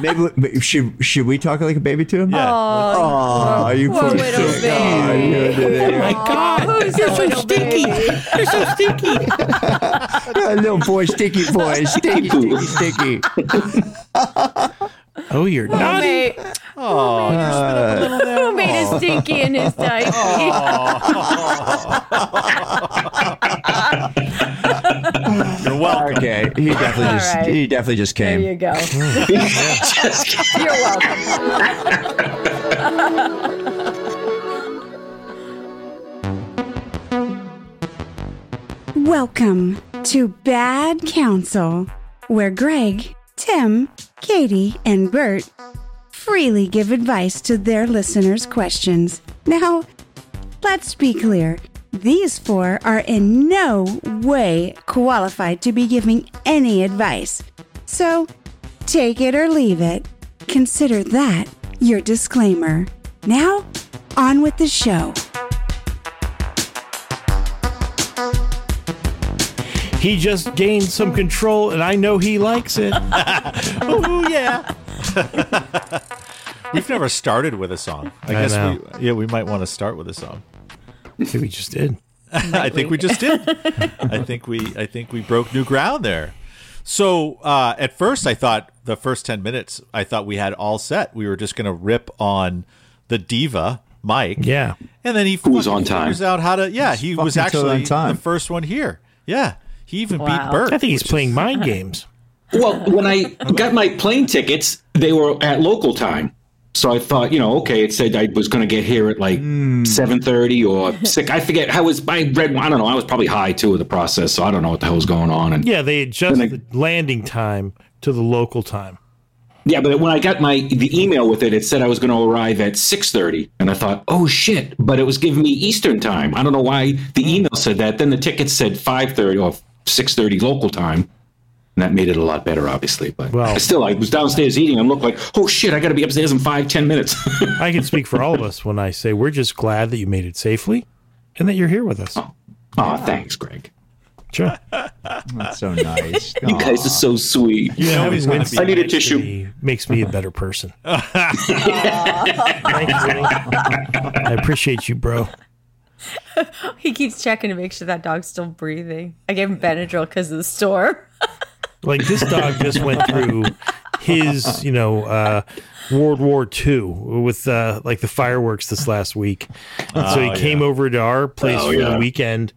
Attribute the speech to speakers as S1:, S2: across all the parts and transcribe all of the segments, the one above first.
S1: Maybe we- should should we talk like a baby to him?
S2: Yeah.
S1: Oh, you
S3: Poor
S1: poor
S3: little
S1: stinky. Oh,
S3: baby.
S1: you did
S4: Oh
S1: it.
S4: my God,
S3: who's
S4: you're
S3: the
S4: so
S3: little
S4: stinky.
S3: baby?
S4: You're so stinky.
S1: Oh, little boy, sticky boy, sticky, sticky, sticky.
S4: Oh, you're
S3: Who
S4: naughty.
S3: made, who made a stinky in his diaper?
S2: You're welcome.
S1: Okay, he definitely
S3: All
S1: just
S3: right.
S1: he definitely just
S3: There
S1: came.
S3: you go. You're welcome.
S5: Welcome to Bad Counsel, where Greg, Tim, Katie, and Bert freely give advice to their listeners' questions. Now, let's be clear. These four are in no way qualified to be giving any advice. So, take it or leave it. Consider that your disclaimer. Now, on with the show.
S4: He just gained some control, and I know he likes it. oh yeah.
S2: We've never started with a song. I, guess
S4: know.
S2: we yeah, we might want to start with a song.
S4: Maybe we just did.
S2: I think we just did. I think we I think we broke new ground there. So uh, at first I thought the first ten minutes I thought we had all set. We were just gonna rip on the diva Mike.
S4: Yeah.
S2: and then he
S6: Who was
S2: fucking
S6: on time.
S2: Figures out how to. Yeah, he was
S1: fucking totally
S2: actually
S1: on time.
S2: the first one here. Yeah, he even
S3: Wow.
S2: beat Bert.
S4: I think he's playing mind games.
S6: Well, when I got my plane tickets, they were at local time. So I thought, you know, okay, it said I was going to get here at like seven thirty or six. I forget. I was I read. I don't know. I was probably high too with the process, so I don't know what the hell was going on. And
S4: Yeah, they adjust
S6: Then I-
S4: the landing time to the local time.
S6: Yeah, but when I got my the email with it, it said I was going to arrive at six thirty, and I thought, oh shit! But it was giving me Eastern time. I don't know why the email said that. Then the ticket said five thirty or six thirty local time, and that made it a lot better, obviously. But
S4: Well-
S6: still, I was downstairs eating and looked like, oh shit! I got to be upstairs in five ten minutes.
S4: I can speak for all of us when I say we're just glad that you made it safely, and that you're here with us.
S6: oh, thanks, Greg.
S4: Sure.
S1: That's so nice.
S6: You guys are so sweet.
S4: You
S2: know he's gonna be-
S6: I need a tissue.
S4: Makes me a better person. Thank you, Winnie. I appreciate you, bro.
S3: He keeps checking to make sure that dog's still breathing. I gave him Benadryl because of the storm.
S4: Like this dog just went through his, you know, uh, World War II with uh, like the fireworks this last week. And so he came over to our place
S6: Ah, Oh,
S4: for
S6: yeah.
S4: the weekend,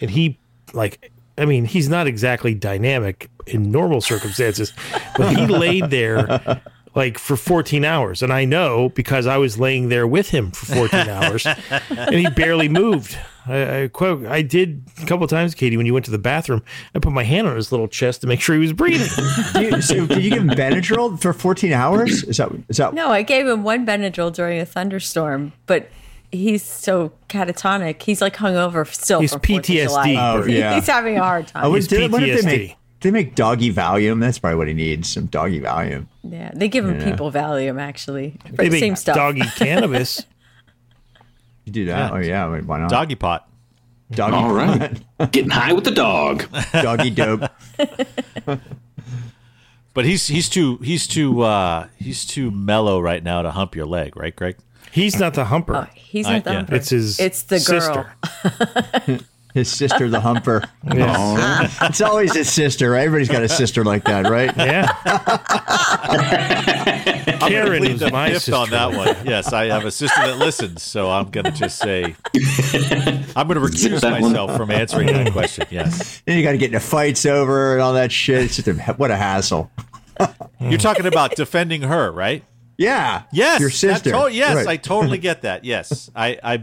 S4: and he like. I mean, he's not exactly dynamic in normal circumstances, but he laid there like for 14 hours. And I know because I was laying there with him for 14 hours and he barely moved. I, I, quote, I did a couple times, Katie, when you went to the bathroom, I put my hand on his little chest to make sure he was breathing.
S1: Dude, so did you give him Benadryl for 14 hours? Is that is that?
S3: No, I gave him one Benadryl during a thunderstorm, but he's so catatonic. He's like hungover still.
S4: He's
S3: from 4th of
S4: PTSD.
S3: July.
S1: Oh, yeah.
S3: He's having a hard time.
S1: Oh, what,
S4: It's
S1: did, what if they
S4: PTSD.
S1: make they make doggy Valium? That's probably what he needs. Some doggy Valium.
S3: yeah, they give him people Valium actually. For
S4: They
S3: the
S4: make
S3: same stuff.
S4: Doggy cannabis.
S1: You do that? Oh yeah, wait, why not?
S2: Doggy pot.
S1: doggy,
S6: All right, getting high with the dog.
S1: doggy dope.
S2: But he's he's too he's too uh, he's too mellow right now to hump your leg, right, Greg?
S4: He's not the humper.
S3: Oh, he's
S2: I-
S3: not the
S2: yeah.
S3: hunter.
S4: it's his
S3: It's the girl.
S4: sister.
S1: His sister, the humper.
S4: Yeah.
S1: It's always his sister. Right? Everybody's got a sister like that, right?
S4: yeah. Karen
S2: Plead
S4: is
S2: the
S4: my
S2: fifth
S4: sister.
S2: on that one. Yes, I have a sister that listens, so I'm going to just say I'm going to recuse
S6: that one.
S2: myself from answering that question. Yes,
S1: Then you got to get into fights over and all that shit. It's just a, what a hassle.
S2: you're talking about defending her, right?
S1: Yeah.
S2: Yes,
S1: Your sister.
S2: that to- yes, I
S1: Right.
S2: totally get that. Yes, I, I,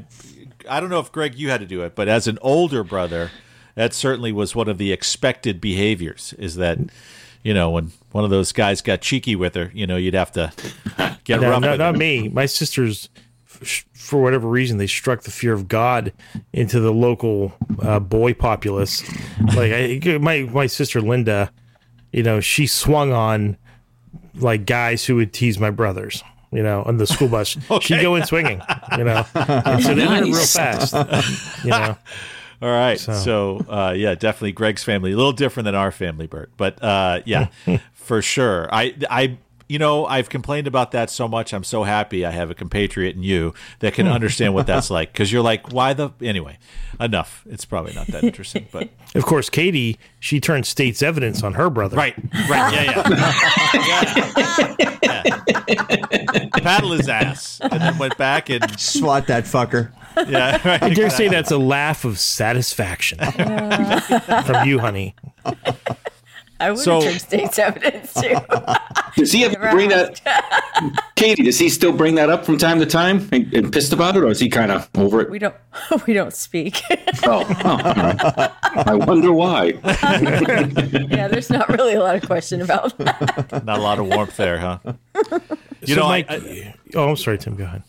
S2: I don't know if Greg, you had to do it, but as an older brother, that certainly was one of the expected behaviors. Is that you know when one of those guys got cheeky with her, you know, you'd have to get
S4: No,
S2: rough.
S4: no,
S2: with
S4: not
S2: them.
S4: me. My sisters, f- for whatever reason, they struck the fear of God into the local uh, boy populace. Like I, my my sister Linda, you know, she swung on like guys who would tease my brothers. You know, on the school bus, she'd go in swinging. You know, and so they went real
S6: Nice.
S4: fast. You know,
S2: All right. So, uh, yeah, definitely Greg's family, a little different than our family, Bert. But uh, yeah, for sure. I I you know, I've complained about that so much. I'm so happy I have a compatriot in you that can understand what that's like. Because you're like, why the anyway? Enough. It's probably not that interesting, but
S4: Of course, Katie, she turned state's evidence on her brother.
S2: right, right, yeah, yeah. yeah. yeah. Paddle his ass, and then went back and
S1: Swat that fucker.
S2: yeah, right,
S4: I dare say that's a laugh of satisfaction from you, honey.
S3: I would
S2: So-
S3: have turned state's evidence too.
S6: Does he ever bring that? Katie, does he still bring that up from time to time and, and pissed about it, or is he kind of over it?
S3: we don't we don't speak.
S6: Oh, oh, all right. I wonder why.
S3: yeah, there's not really a lot of question about that.
S2: Not a lot of warmth there, huh? You
S4: So,
S2: know, I-
S4: Mike, oh, I'm sorry, Tim. Go ahead.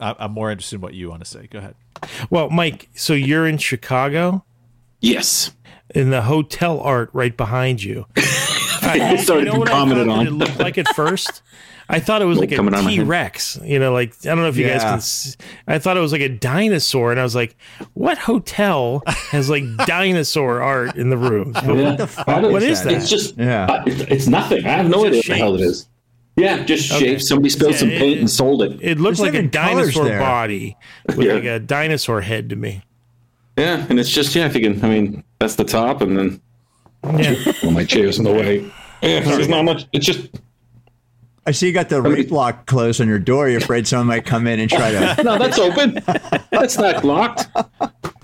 S2: I, I'm more interested in what you want to say. Go ahead.
S4: Well, Mike, so you're in Chicago
S6: Yes.
S4: in the hotel art right behind you. I,
S6: started to comment
S4: I thought
S6: on.
S4: that it looked like at first? I thought it was like
S6: coming on
S4: a
S6: my head.
S4: T Rex. You know, like I don't know if you guys
S1: Yeah.
S4: can. s- I thought it was like a dinosaur, and I was like, "What hotel has like dinosaur art in the rooms?" But
S6: What
S1: the fuck is that?
S6: It's just.
S1: Yeah.
S6: uh, it's nothing. I have no
S4: It's
S6: idea what
S4: just
S6: the hell it
S4: shapes.
S6: is. Yeah, just shapes. Somebody spilled
S4: Yeah,
S6: some
S4: it-
S6: paint
S4: it-
S6: and sold it.
S4: It looked
S1: There's
S4: like a
S1: even colors
S4: dinosaur
S1: there.
S4: body with
S6: Yeah.
S4: like a dinosaur head to me.
S6: Yeah, and it's just yeah. If you can, I mean, that's the top, and then
S4: Yeah.
S6: well, my chair's in the way. Yeah, there's not much. It's just
S1: I see you got the rape lock closed on your door. You're afraid someone might come in and try to.
S6: no. That's open. that's not locked.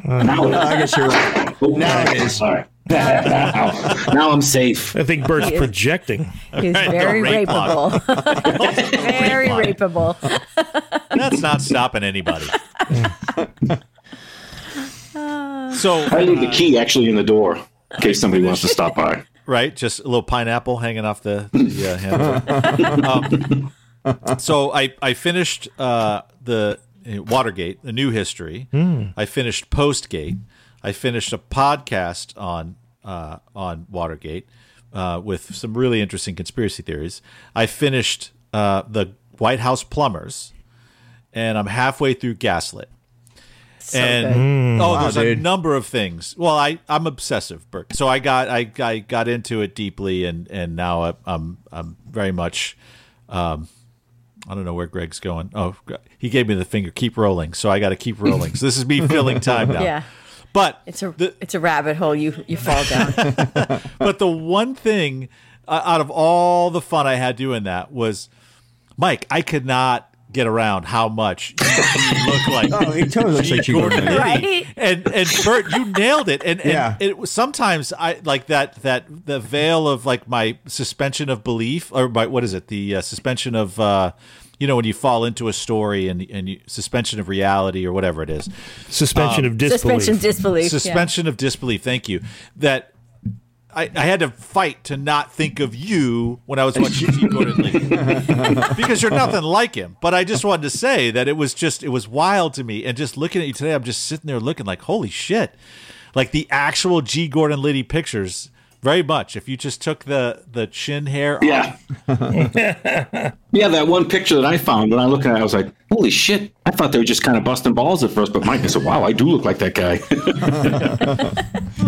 S6: now it
S1: I guess you're right.
S6: is. Oh,
S1: now it is.
S6: All right. now, now I'm safe.
S4: I think Bert's projecting.
S3: He's very
S2: rape
S3: rapeable. very
S2: Rape
S3: rapeable.
S2: That's not stopping anybody. so
S6: I leave the key actually in the door in case somebody wants to stop by.
S2: right, just a little pineapple hanging off the, the uh, handle. Um, so I I finished uh, the uh, Watergate, the new history. I finished Postgate. I finished a podcast on uh, on Watergate uh, with some really interesting conspiracy theories. I finished uh, the White House plumbers, and I'm halfway through Gaslit.
S3: So
S2: and
S3: good.
S2: oh, there's
S1: dude.
S2: a number of things. Well, I I'm obsessive, Bert. So I got I, I got into it deeply, and and now I, I'm I'm very much. Um, I don't know where Greg's going. Oh, he gave me the finger. Keep rolling. So I got to keep rolling. So this is me filling time now.
S3: Yeah.
S2: But
S3: It's a
S2: the-
S3: it's a rabbit hole you you fall down.
S2: but the one thing uh, out of all the fun I had doing that was, Mike, I could not get around how much you look like.
S1: Oh, he totally looks like you.
S2: Gordon Liddy.
S3: Right?
S2: And and Bert, you nailed it. And, and
S1: Yeah.
S2: it was sometimes I like that that the veil of like my suspension of belief or my what is it? The uh, suspension of uh you know when you fall into a story and and you, suspension of reality or whatever it is.
S4: Suspension of disbelief.
S3: Suspension disbelief. yeah.
S2: Suspension of disbelief. Thank you. That I, I had to fight to not think of you when I was watching Chief Gordon Lee because you're nothing like him. But I just wanted to say that it was just it was wild to me, and just looking at you today, I'm just sitting there looking like, holy shit, like the actual G Gordon Liddy pictures. Very much. If you just took the the chin hair, off,
S6: Yeah. yeah, that one picture that I found when I look at it, I was like, holy shit. I thought they were just kind of busting balls at first, but Mike I said, wow, I do look like that guy.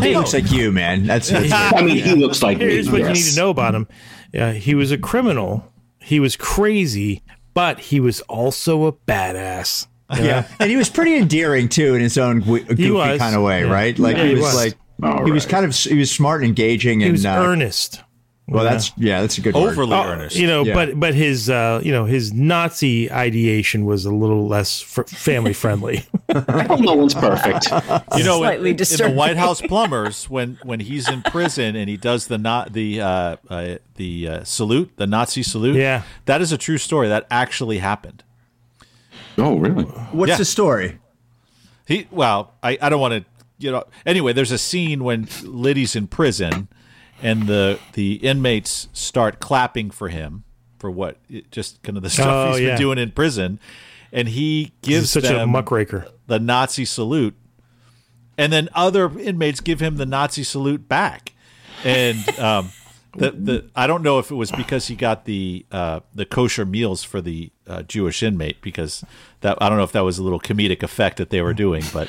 S1: He looks like you, man. That's, that's
S6: I mean, he looks like me.
S4: Here's what you need
S6: yes.
S4: to know about him. Uh, he was a criminal. He was crazy, but he was also a badass.
S1: yeah. And he was pretty endearing too in his own w- goofy
S4: was,
S1: kind of way,
S4: yeah.
S1: right? Like
S4: Yeah,
S1: he
S4: he
S1: was,
S4: was.
S1: like
S6: All
S1: he was
S6: right.
S1: kind of he was smart and engaging
S4: He
S1: and
S4: was
S1: uh,
S4: earnest.
S1: well, that's yeah, that's a good word.
S2: overly
S4: Oh,
S2: earnest.
S4: You know,
S1: Yeah.
S4: but but his uh, you know his Nazi ideation was a little less fr- family friendly.
S6: Well, no one's perfect.
S2: you know, in-
S3: Slightly
S2: in, the
S3: disturbing.
S2: White House plumbers when when he's in prison and he does the not the uh, uh, the uh, salute, the Nazi salute.
S4: Yeah.
S2: that is a true story that actually happened.
S6: oh, really?
S1: What's
S2: Yeah.
S1: the story?
S2: He well, I, I don't want to you know. Anyway, there's a scene when Liddy's in prison, and the the inmates start clapping for him for what it- just kind of the stuff
S4: Oh,
S2: he's
S4: yeah.
S2: been doing in prison, and he gives
S4: He's such a
S2: them
S4: muckraker.
S2: the Nazi salute, and then other inmates give him the Nazi salute back. And um, the the I don't know if it was because he got the uh, the kosher meals for the uh, Jewish inmate because that I don't know if that was a little comedic effect that they were doing, but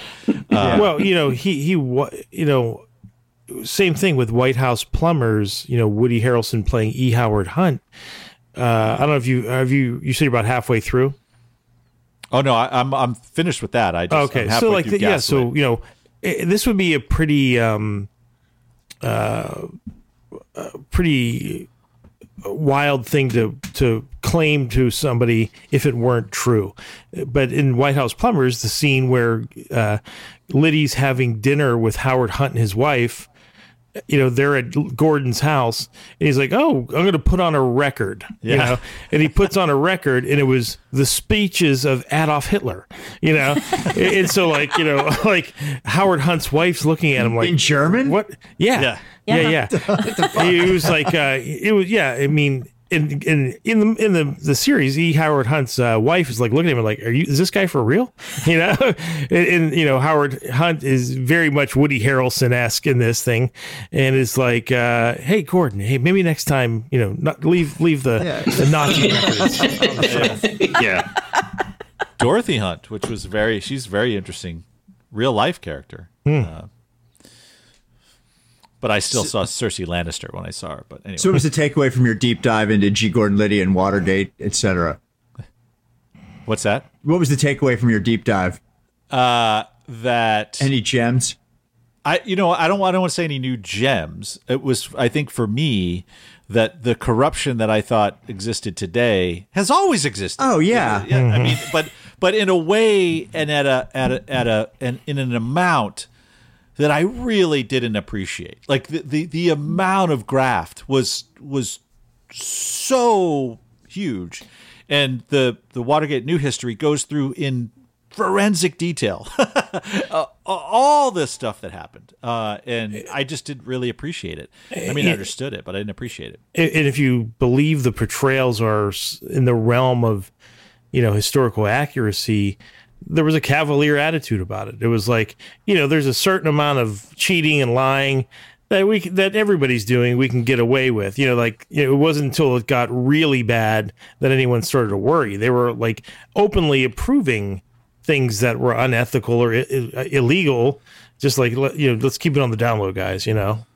S4: well, you know, he he wa- you know, same thing with White House plumbers. You know, Woody Harrelson playing E. Howard Hunt. Uh, I don't know if you have you you said you're about halfway through.
S2: Oh no, I, I'm I'm finished with that. I just,
S4: okay
S2: I'm
S4: so
S2: halfway
S4: like
S2: through
S4: the, yeah so
S2: Gaslit.
S4: you know i this would be a pretty um uh, uh pretty wild thing to to claim to somebody if it weren't true but in white house plumbers the scene where uh liddy's having dinner with howard hunt and his wife you know they're at gordon's house and he's like oh i'm going to put on a record you
S2: Yeah.
S4: know and he puts on a record and it was the speeches of adolf hitler you know and and so like you know like howard hunt's wife's looking at him like
S1: In German?
S4: what yeah
S3: Yeah.
S4: yeah yeah, it was like uh it was yeah i mean in in in the in the, the series e howard hunt's uh, wife is like looking at him like are you is this guy for real you know and, and, you know howard hunt is very much woody harrelson-esque in this thing and it's like uh hey gordon hey maybe next time you know not leave leave the, the nazi records
S6: yeah.
S2: Dorothy Hunt, which was very she's a very interesting real life character.
S4: Hmm.
S2: Uh, but I still saw Cersei Lannister when I saw her. But anyway,
S1: So, what was the takeaway from your deep dive into G. Gordon Liddy and Watergate, etc.?
S2: what's that?
S1: What was the takeaway from your deep dive?
S2: That
S1: Any gems?
S2: I you know I don't I don't want to say any new gems. It was I think for me that the corruption that I thought existed today has always existed.
S1: Oh, yeah. Mm-hmm.
S2: yeah. I mean, but but in a way and at a at a at a and in an amount that I really didn't appreciate. Like the the, the amount of graft was was so huge, and the the Watergate new history goes through in forensic detail uh, all this stuff that happened uh, and i just didn't really appreciate it i mean i understood it but i didn't appreciate it
S4: and and if you believe the portrayals are s- in the realm of you know historical accuracy there was a cavalier attitude about it it was like you know there's a certain amount of cheating and lying that we c- that everybody's doing we can get away with you know like you know, it wasn't until it got really bad that anyone started to worry they were like openly approving things that were unethical or I- I- illegal just like let- you know let's keep it on the down low guys you know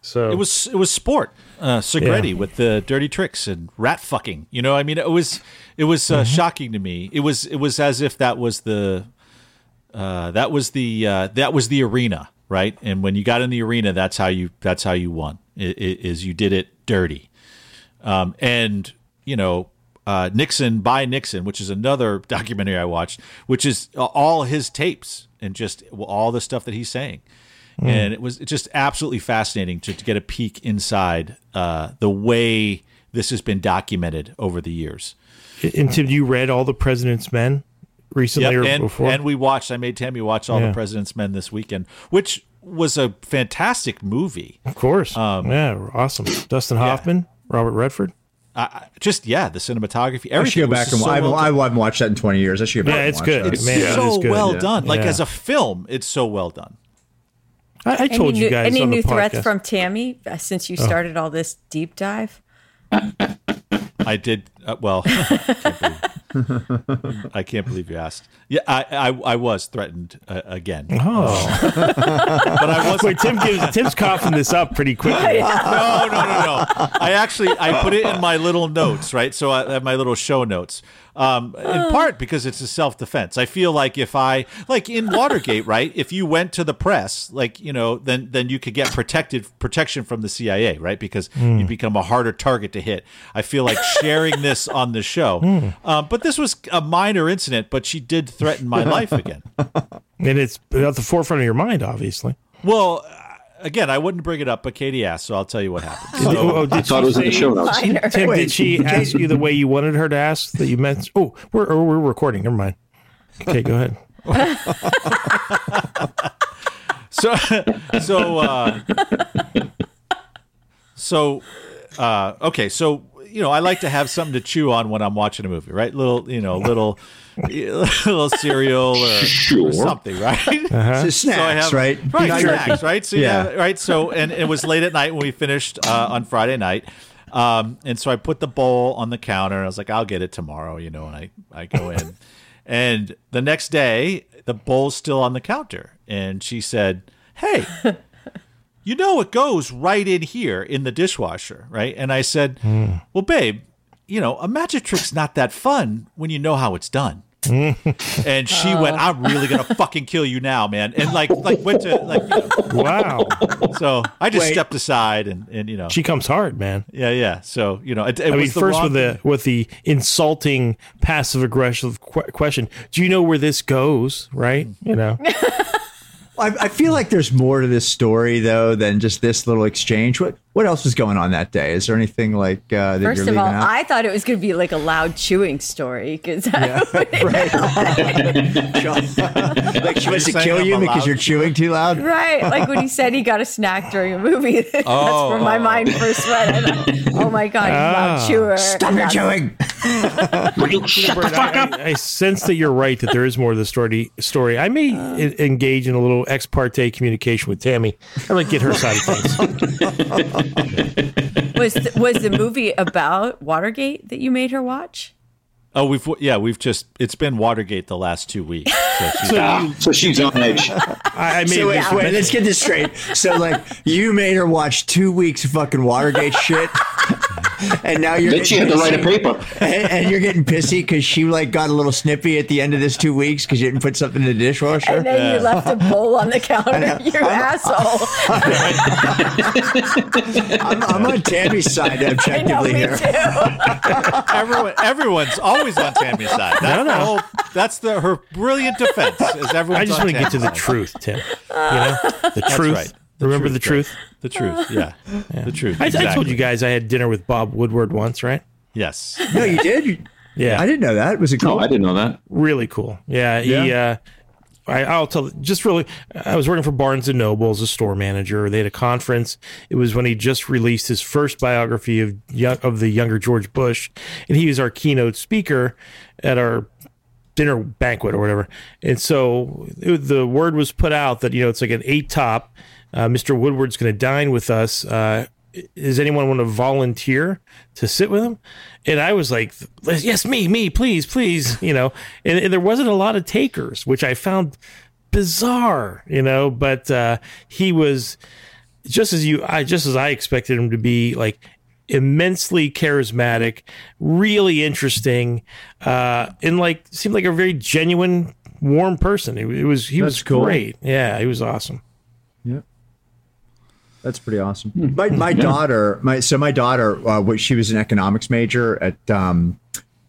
S4: so
S2: It was it was sport. Uh, Segretti
S4: Yeah.
S2: with the dirty tricks and rat fucking. You know, I mean, it was it was uh, shocking to me. It was it was as if that was the uh, that was the uh, that was the arena, right? And when you got in the arena, that's how you that's how you won. i- i- Is you did it dirty, um, and you know. Uh, Nixon by Nixon, which is another documentary I watched, which is uh, all his tapes and just all the stuff that he's saying
S4: Mm.
S2: and it was just absolutely fascinating to, to get a peek inside uh, the way this has been documented over the years.
S4: And Tim, you read all the President's Men recently or
S2: and,
S4: before?
S2: and we watched. I made Tammy watch all
S4: Yeah.
S2: the President's Men this weekend, which was a fantastic movie.
S4: of course.
S2: um,
S4: yeah, awesome. Dustin Hoffman, Robert Redford.
S2: I, I- just yeah, the cinematography, everything.
S1: I should go
S2: was
S1: back
S2: just
S1: and
S2: so
S1: I,
S2: well
S1: I,
S2: done.
S1: haven't watched that in 20 years. I should go back
S4: Yeah,
S1: and
S4: it's
S1: watch
S4: good.
S1: that.
S4: It's- Man, it
S2: so
S4: is good.
S2: well
S1: Yeah.
S2: done. Like
S4: Yeah.
S2: as a film, it's so well done.
S4: I, I
S3: Any
S4: told
S3: new,
S4: you guys
S3: any
S4: on the
S3: new threats
S4: podcast. Oh.
S3: from Tammy uh, since you started all this deep dive?
S2: I did uh, well. I can't believe- I can't believe you asked. Yeah, I I, I was threatened uh, again,
S4: Oh,
S2: but I wasn't
S4: wait! Tim gives, Tim's coughing this up pretty quickly.
S2: no, no, no, no. I actually I put it in my little notes, right? So I have my little show notes. Um, in part because it's a self defense. I feel like if I like in Watergate, right? If you went to the press, like you know, then then you could get protected protection from the CIA, right? Because
S4: Hmm.
S2: you become a harder target to hit. I feel like sharing this on the show,
S4: Hmm.
S2: um, but this was a minor incident. But she did threaten my life again.
S4: and it's at the forefront of your mind, obviously.
S2: Well, uh, again, I wouldn't bring it up, but Katie asked, so I'll tell you what happened.
S4: Did- oh, oh, did
S6: I thought
S4: she
S6: it was in the
S4: say-
S6: show notes.
S4: Tim,
S1: Wait.
S4: did she ask you the way you wanted her to ask that you meant? Oh, we're oh, we're recording. Never mind. Okay, go ahead.
S2: so so uh, so uh, okay so you know i like to have something to chew on when i'm watching a movie right little you know little little cereal or, or
S6: Sure.
S2: something right
S1: It's just snacks,
S2: so I have,
S1: right?
S2: Right,
S1: Not your-
S2: snacks, right? So
S1: Yeah.
S2: yeah, right. So and it was late at night when we finished uh, on Friday night, um, and so I put the bowl on the counter. and I was like, I'll get it tomorrow, you know. And I I go in, and the next day the bowl's still on the counter, and she said, "Hey." You know it goes right in here in the dishwasher, right? And I said, "Well, babe, you know, a magic trick's not that fun when you know how it's done. and she went, I'm really gonna fucking kill you now, man. And like like went to like you know,
S4: Wow.
S2: so I just
S1: Wait.
S2: stepped aside and and you know
S4: she comes hard, man.
S2: yeah yeah so you know it, it
S4: I mean,
S2: was the
S4: first
S2: wrong
S4: with the with the insulting passive aggressive qu- question. Do you know where this goes? Right? You know.
S1: I, I feel like there's more to this story though than just this little exchange. What what else was going on that day? Is there anything like uh, that
S3: First
S1: you're
S3: of
S1: leaving
S3: all,
S1: out?
S3: I thought it was going to be like a loud chewing story because
S1: right. like she wants to
S2: saying
S1: kill
S2: I'm
S1: you
S2: allowed
S1: because you're chewing too loud.
S3: Right. Like when he said he got a snack during a movie. That's
S2: Oh.
S3: where my mind first went. And I- oh my God, he's
S4: Ah.
S3: not chewer.
S1: Stop your chewing.
S6: Will you shut the
S4: But
S6: fuck
S4: I,
S6: up?
S4: I- I sense that you're right that there is more to the story. Story. I may en- engage in a little ex parte communication with Tammy. I like get her side of things.
S3: Was, th- was the movie about Watergate that you made her watch?
S2: oh we've yeah we've just it's been Watergate the last two weeks so she's
S6: Ah, so she's on edge.
S4: I, I may
S1: So wait,
S4: have
S1: wait, let's get this straight. So like you made her watch two weeks of fucking Watergate shit, and now you're
S6: Then she had to write a
S1: getting
S6: paper.
S1: pissy. And, and you're getting pissy because she like got a little snippy at the end of this two weeks because you didn't put something in the dishwasher.
S3: And then you left a bowl on the counter. You asshole.
S1: I'm, I'm on Tammy's side
S3: I know,
S1: objectively
S3: me
S1: here.
S3: too.
S2: everyone everyone's always on Tammy's side that's
S4: No, no.
S2: the whole that's the her brilliant defense is everyone
S4: I just want to get to the truth, Tim. You know, the truth.
S2: right.
S4: Remember the truth.
S2: the truth yeah, the truth
S4: I,
S2: exactly.
S4: I told you guys I had dinner with Bob Woodward once, right?
S2: yes
S1: No, you did.
S4: Yeah,
S1: I didn't know that. Was it cool?
S6: No, I didn't know that.
S4: really cool. Yeah, he. Uh, I, I'll tell just really. I was working for Barnes and Noble as a store manager. They had a conference. It was when he just released his first biography of yo- of the younger George Bush, and he was our keynote speaker at our dinner banquet or whatever. And so it, the word was put out that you know it's like an eight top. Uh, Mr. Woodward's going to dine with us. Uh, does anyone want to volunteer to sit with him? And I was like, yes, me, me, please, please, you know. And, and there wasn't a lot of takers, which I found bizarre, you know. But uh, he was just as you I just as I expected him to be like immensely charismatic, really interesting, uh, and like seemed like a very genuine, warm person. It, it was he was
S1: That's cool.
S4: great. Yeah, he was awesome.
S1: That's pretty awesome.
S4: Hmm.
S1: My my daughter, my so my daughter, uh, was, she was an economics major at um,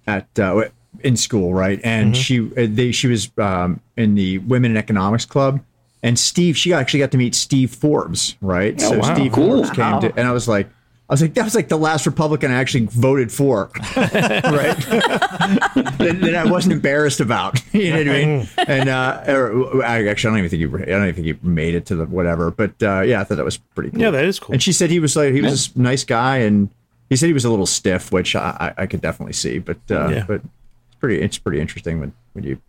S1: at uh, in school, right?
S4: Mm-hmm.
S1: And she uh, they, she was um, in the women in economics club. And Steve, she actually got to meet Steve Forbes, right? so
S4: Oh, wow.
S1: Steve
S6: Cool.
S1: Forbes came to, and I was like, I was like, that was like the last Republican I actually voted for, right? that, that I wasn't embarrassed about. You know what I mean? And uh, or, I actually I don't even think he I don't even think he made it to the whatever. But uh, yeah, I thought that was pretty cool.
S4: Yeah, that is cool.
S1: And she said he was like he was a nice guy, and he said he was a little stiff, which I, I I could definitely see. But uh,
S4: Yeah.
S1: but it's pretty it's pretty interesting when when you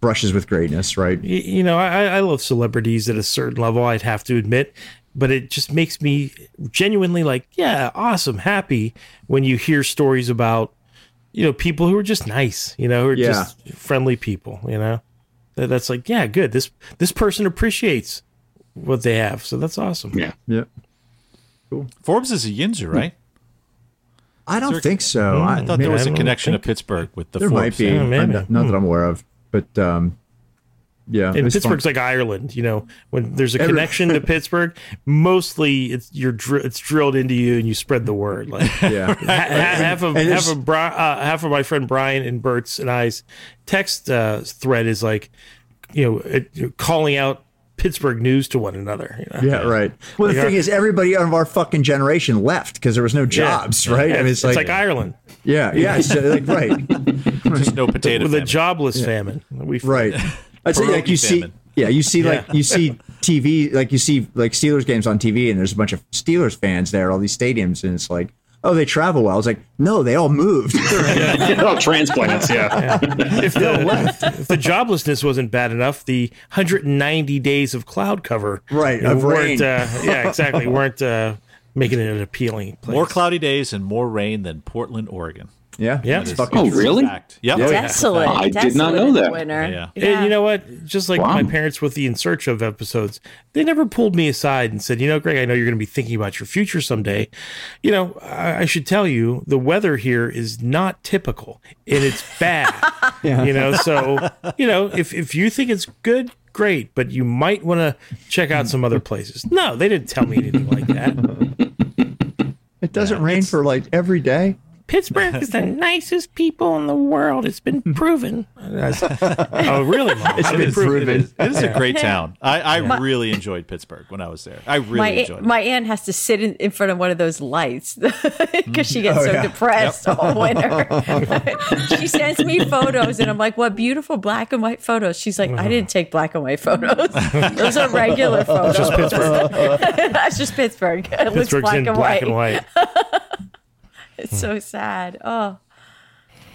S1: brushes with greatness, right?
S4: Y- you know, I, I love celebrities at a certain level, I'd have to admit, but it just makes me genuinely like, yeah, awesome, happy when you hear stories about, you know, people who are just nice, you know, who are
S1: Yeah.
S4: just friendly people, you know, that, that's like, yeah, good. This, this person appreciates what they have. So that's awesome.
S6: Yeah.
S1: Yeah.
S2: Forbes is a Yinzer right
S1: I don't think so.
S2: I thought there
S4: Man,
S2: was
S4: Hmm, I
S2: a
S4: don't
S2: connection to
S4: think-
S2: Pittsburgh with the
S1: there
S2: Forbes
S1: might be.
S2: thing.
S4: Yeah, maybe. Hmm.
S1: Not, not that I'm aware of, but um, yeah. it
S4: And
S1: was fun.
S4: Pittsburgh's like Ireland, you know, when there's a
S1: Every-
S4: connection to Pittsburgh, mostly it's you're dr- it's drilled into you and you spread the word. Like,
S1: yeah.
S4: Ha- ha- half of
S1: And
S4: half
S1: it's-
S4: of, Bri- uh, half of my friend Brian and Bert's and I's text uh, thread is like, you know, it, you're calling out Pittsburgh news to one another. You know?
S1: Yeah, right. Well, the
S4: Like our-
S1: thing is, everybody of our fucking generation left because there was no jobs, right? I mean, it's, like,
S4: Ireland
S1: yeah, yeah, it's like, right,
S2: Just no potato.
S4: with a
S2: famine.
S4: jobless famine. We
S1: right. I'd say like you see,
S2: famine.
S1: yeah, you see like you see TV, like you see like Steelers games on TV, and there's a bunch of Steelers fans there, all these stadiums, and it's like, oh, they travel well. It's like, no, they all moved.
S6: Oh, transplants. Yeah.
S4: if the, if the joblessness wasn't bad enough, the 190 days of cloud cover,
S1: Right,
S4: you know,
S1: of
S4: weren't,
S1: rain.
S4: uh, yeah, exactly, weren't uh, making it an appealing place.
S2: More cloudy days and more rain than Portland, Oregon.
S1: Yeah.
S4: Yeah.
S1: It's
S4: That is-
S1: fucking
S6: Oh,
S1: true.
S6: really?
S2: Fact. Yep.
S1: Yeah.
S3: Desolate.
S6: I did
S3: Desolate
S6: not know
S3: is
S6: that.
S3: Winner.
S2: Yeah.
S4: And you know what? Just like
S6: Wow.
S4: my parents with the In Search of episodes, they never pulled me aside and said, you know, Greg, I know you're going to be thinking about your future someday. You know, I, I should tell you the weather here is not typical and it's bad. You know, so, you know, if, if you think it's good, great, but you might want to check out some other places. No, they didn't tell me anything like that.
S1: It doesn't rain for like every day.
S4: Pittsburgh is the nicest people in the world. It's been proven. And I said, oh, really? Mom?
S1: It's
S4: I've
S1: been proven.
S2: It is a great town. I, I really enjoyed Pittsburgh when I was there. I really
S3: My
S2: enjoyed it.
S3: my aunt has to sit in, in front of one of those lights because she gets so
S1: yeah.
S3: depressed all winter. she sends me photos, and I'm like, "What beautiful black and white photos!" She's like, "I didn't take black and white photos; those are regular photos." That's just Pittsburgh. That's just Pittsburgh. It looks
S4: Pittsburgh's
S3: black,
S4: in
S3: and, white.
S4: black and white.
S3: It's so sad. Oh,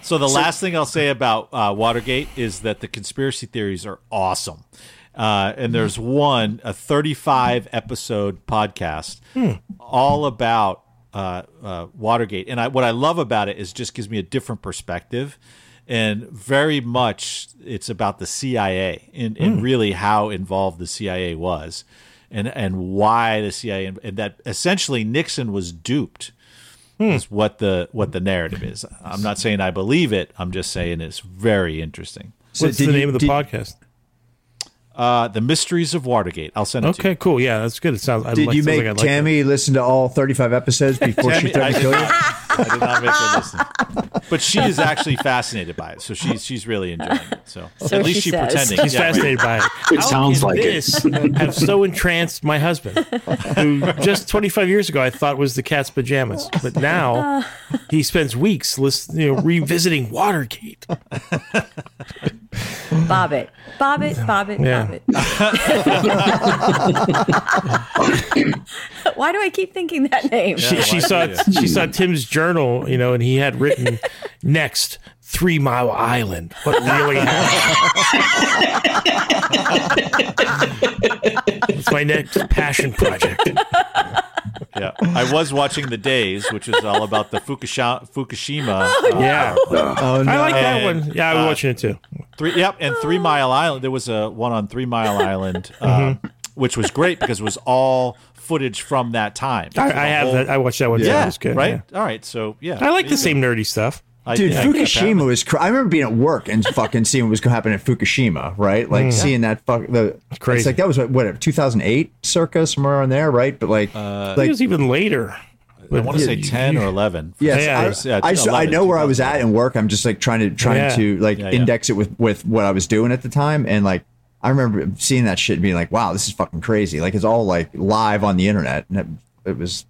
S2: So the last thing I'll say about uh, Watergate is that the conspiracy theories are awesome. Uh, and there's one, a 35 episode podcast, all about uh, uh, Watergate. And I, what I love about it is it just gives me a different perspective. And very much it's about the CIA and, and really how involved the CIA was and, and why the CIA, and, and that essentially Nixon was duped is what the what the narrative is. I'm not saying I believe it. I'm just saying it's very interesting.
S1: So
S4: What's
S1: did
S4: the
S1: you-
S4: name of the
S1: did-
S4: podcast?
S2: Uh, the mysteries of Watergate. I'll send it to you.
S4: Okay, cool. Yeah, that's good. It sounds. I
S1: Did
S4: like,
S1: you
S4: sounds
S1: make
S4: like I like that.
S1: Tammy listen to all 35 episodes before she
S2: Tammy- I
S1: threatened to
S2: did
S1: kill you?
S2: not- I did not make her listen. But she is actually fascinated by it, so she's she's really enjoying it. So,
S3: So
S2: at least
S3: she
S2: she's
S3: says.
S2: pretending.
S4: He's
S2: Yeah, right.
S4: fascinated by it.
S6: It sounds
S4: can
S6: like it.
S4: this have so entranced my husband, who just 25 years ago I thought was the cat's pajamas, but now he spends weeks listen, you know, revisiting Watergate.
S3: Bob it, Bob it, Bob it,
S4: Yeah.
S3: Bob it. Why do I keep thinking that name?
S4: She, she
S2: why
S4: saw
S2: do
S4: she saw Tim's journal, you know, and he had written next Three Mile Island. What really happened? It's my next passion project.
S2: Yeah, I was watching The Days, which is all about the Fukusha- Fukushima. uh,
S4: Yeah.
S1: Oh, no.
S4: I like that
S2: And,
S4: one. Yeah, I was watching it too.
S2: Three, yep, and
S3: Oh.
S2: Three Mile Island. There was a one on Three Mile Island, uh,
S4: Mm-hmm.
S2: which was great because it was all footage from that time.
S4: I, I have that. I watched that one. Yeah, too. It was good.
S2: right.
S4: yeah.
S2: All right, so yeah,
S4: I like
S2: there
S4: the
S2: you
S4: same nerdy stuff.
S2: go. I-
S1: Dude,
S2: yeah,
S1: Fukushima was. Cr- I remember being at work and fucking seeing what was happening at Fukushima, right? Like seeing that fuck. The
S4: Mm. crazy.
S1: It's like that was what, what 2008 circa somewhere around there, right? But like,
S4: It
S1: like
S4: was even later.
S2: I want to say ten or eleven.
S1: Yes,
S4: Yeah,
S1: I,
S4: it was,
S2: yeah,
S1: I, so I
S2: 11,
S1: know where I was at
S2: 2000.
S1: in work. I'm just like trying to trying
S4: Yeah.
S1: to like
S2: Yeah, yeah.
S1: index it with with what I was doing at the time, and like I remember seeing that shit and being like, "Wow, this is fucking crazy!" Like it's all like live on the internet, and it, it was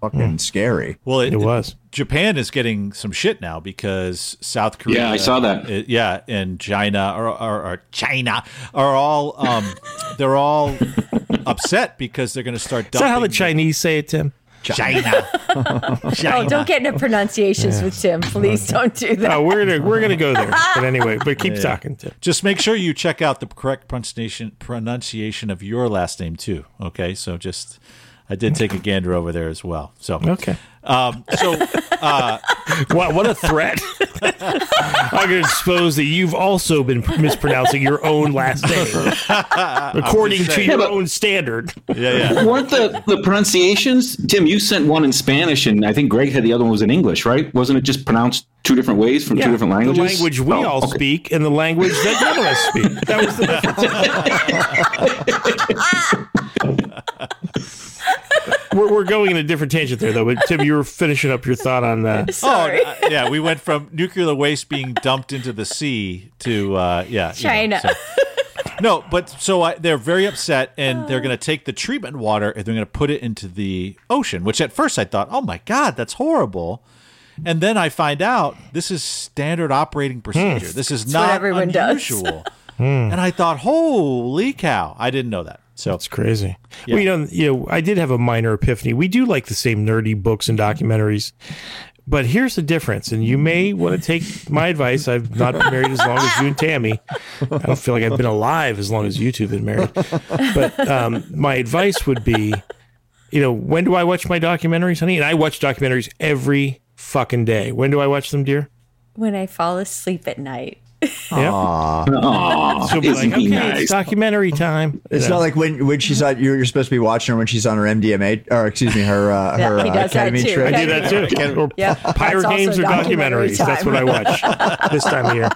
S1: fucking
S4: Mm.
S1: scary.
S2: Well, it,
S4: It was.
S2: Japan is getting some shit now because South Korea.
S6: Yeah, I saw that.
S2: uh, yeah, and China or, or, or China are all um, they're all upset because they're going to start.
S4: Is that how the
S2: dumping-
S4: Chinese say it, Tim?
S2: China? China.
S3: Oh, don't get into pronunciations with Tim. Please don't do that.
S4: Oh, we're gonna we're gonna go there. But anyway, but keep talking, Tim.
S2: Just make sure you check out the correct pronunciation pronunciation of your last name too. Okay, so just I did take a gander over there as well. So
S4: Okay.
S2: um, so.
S4: Wow, what a threat! I'm gonna expose that you've also been mispronouncing your own last name according to your own standard.
S6: Weren't the, the pronunciations, Tim? You sent one in Spanish, and I think Greg had the other one was in English, right? Wasn't it just pronounced two different ways from two different languages?
S4: The language we
S6: Oh,
S4: all
S6: okay.
S4: speak and the language that none of us speak. That was the difference. we're, we're going in a different tangent there, though. But Tim, you were finishing up your thought on that.
S3: Sorry.
S2: Oh, uh, yeah, we went from nuclear waste being dumped into the sea to uh, yeah, you know,
S3: China.
S2: so- no, but so I, they're very upset, and they're going to take the treatment water and they're going to put it into the ocean. Which at first I thought, oh my god, that's horrible. And then I find out this is standard operating procedure. This is
S3: what
S2: not
S3: everyone does.
S2: unusual. and I thought, holy cow, I didn't know that. So
S4: It's crazy. Well, you know, you know, I did have a minor epiphany. We do like the same nerdy books and documentaries, but here's the difference. And you may want to take my advice. I've not been married as long as you and Tammy. I don't feel like I've been alive as long as you two have been married. But um, my advice would be, you know, when do I watch my documentaries, honey? And I watch documentaries every fucking day. When do I watch them, dear?
S3: when I fall asleep at night.
S4: Yeah.
S6: Aw,
S4: So be
S6: Oh, isn't
S4: like,
S6: he
S4: okay,
S6: nice?
S4: it's documentary time.
S1: It's
S4: Yeah.
S1: not like when when she's on. You're, you're supposed to be watching her when she's on her MDMA or excuse me, her uh,
S3: Yeah,
S1: her
S3: he
S1: uh,
S3: does that
S1: ketamine
S3: too.
S1: trip.
S4: I do that too. Or
S3: Yeah. That's
S4: pirate
S3: also
S4: games or
S3: documentary
S4: documentaries. That's
S3: time.
S4: what I watch this time of year.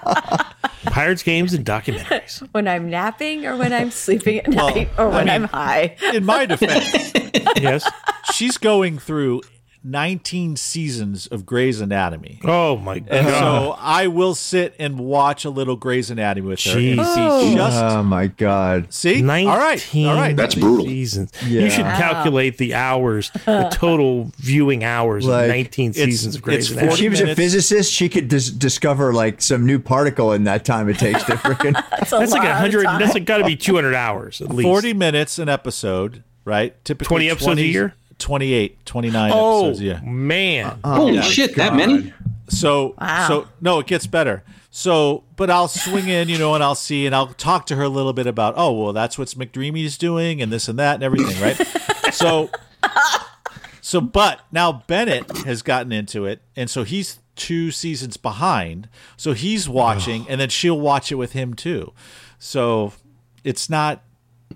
S4: Pirates games and documentaries.
S3: When I'm napping or when I'm sleeping at night or when I'm high.
S2: In my defense,
S4: Yes.
S2: she's going through 19 seasons of Grey's Anatomy.
S4: Oh my
S2: And
S4: god.
S2: so I will sit and watch a little Grey's Anatomy with her. and
S4: Jeez.
S2: see just
S1: Oh my god!
S2: see.
S4: Nineteen.
S2: All right, all right.
S6: That's brutal.
S4: Seasons.
S1: Yeah.
S4: You should calculate the hours, the total viewing hours
S1: Like,
S4: of 19
S2: it's-
S4: seasons of
S2: it's
S4: Grey's
S1: If
S4: Anatomy.
S2: forty-
S1: she was a
S2: minutes.
S1: physicist, she could dis- discover like some new particle in that time it takes to freaking.
S3: That's, a
S4: That's like
S3: lot of
S4: 100.
S3: time.
S4: That's like got to be 200 hours at least.
S2: 40 minutes an episode, right? Typically
S4: 20 episodes a year?
S2: 28, 29
S4: Oh
S2: episodes, yeah.
S4: man.
S6: Holy shit, that many?
S2: So
S3: Wow.
S2: so no, it gets better. So, but I'll swing in, you know, and I'll see and I'll talk to her a little bit about, "Oh, well, that's what McDreamy's doing and this and that and everything, right?" so So, but now Bennett has gotten into it, and so he's two seasons behind. So he's watching, and then she'll watch it with him too. So it's not,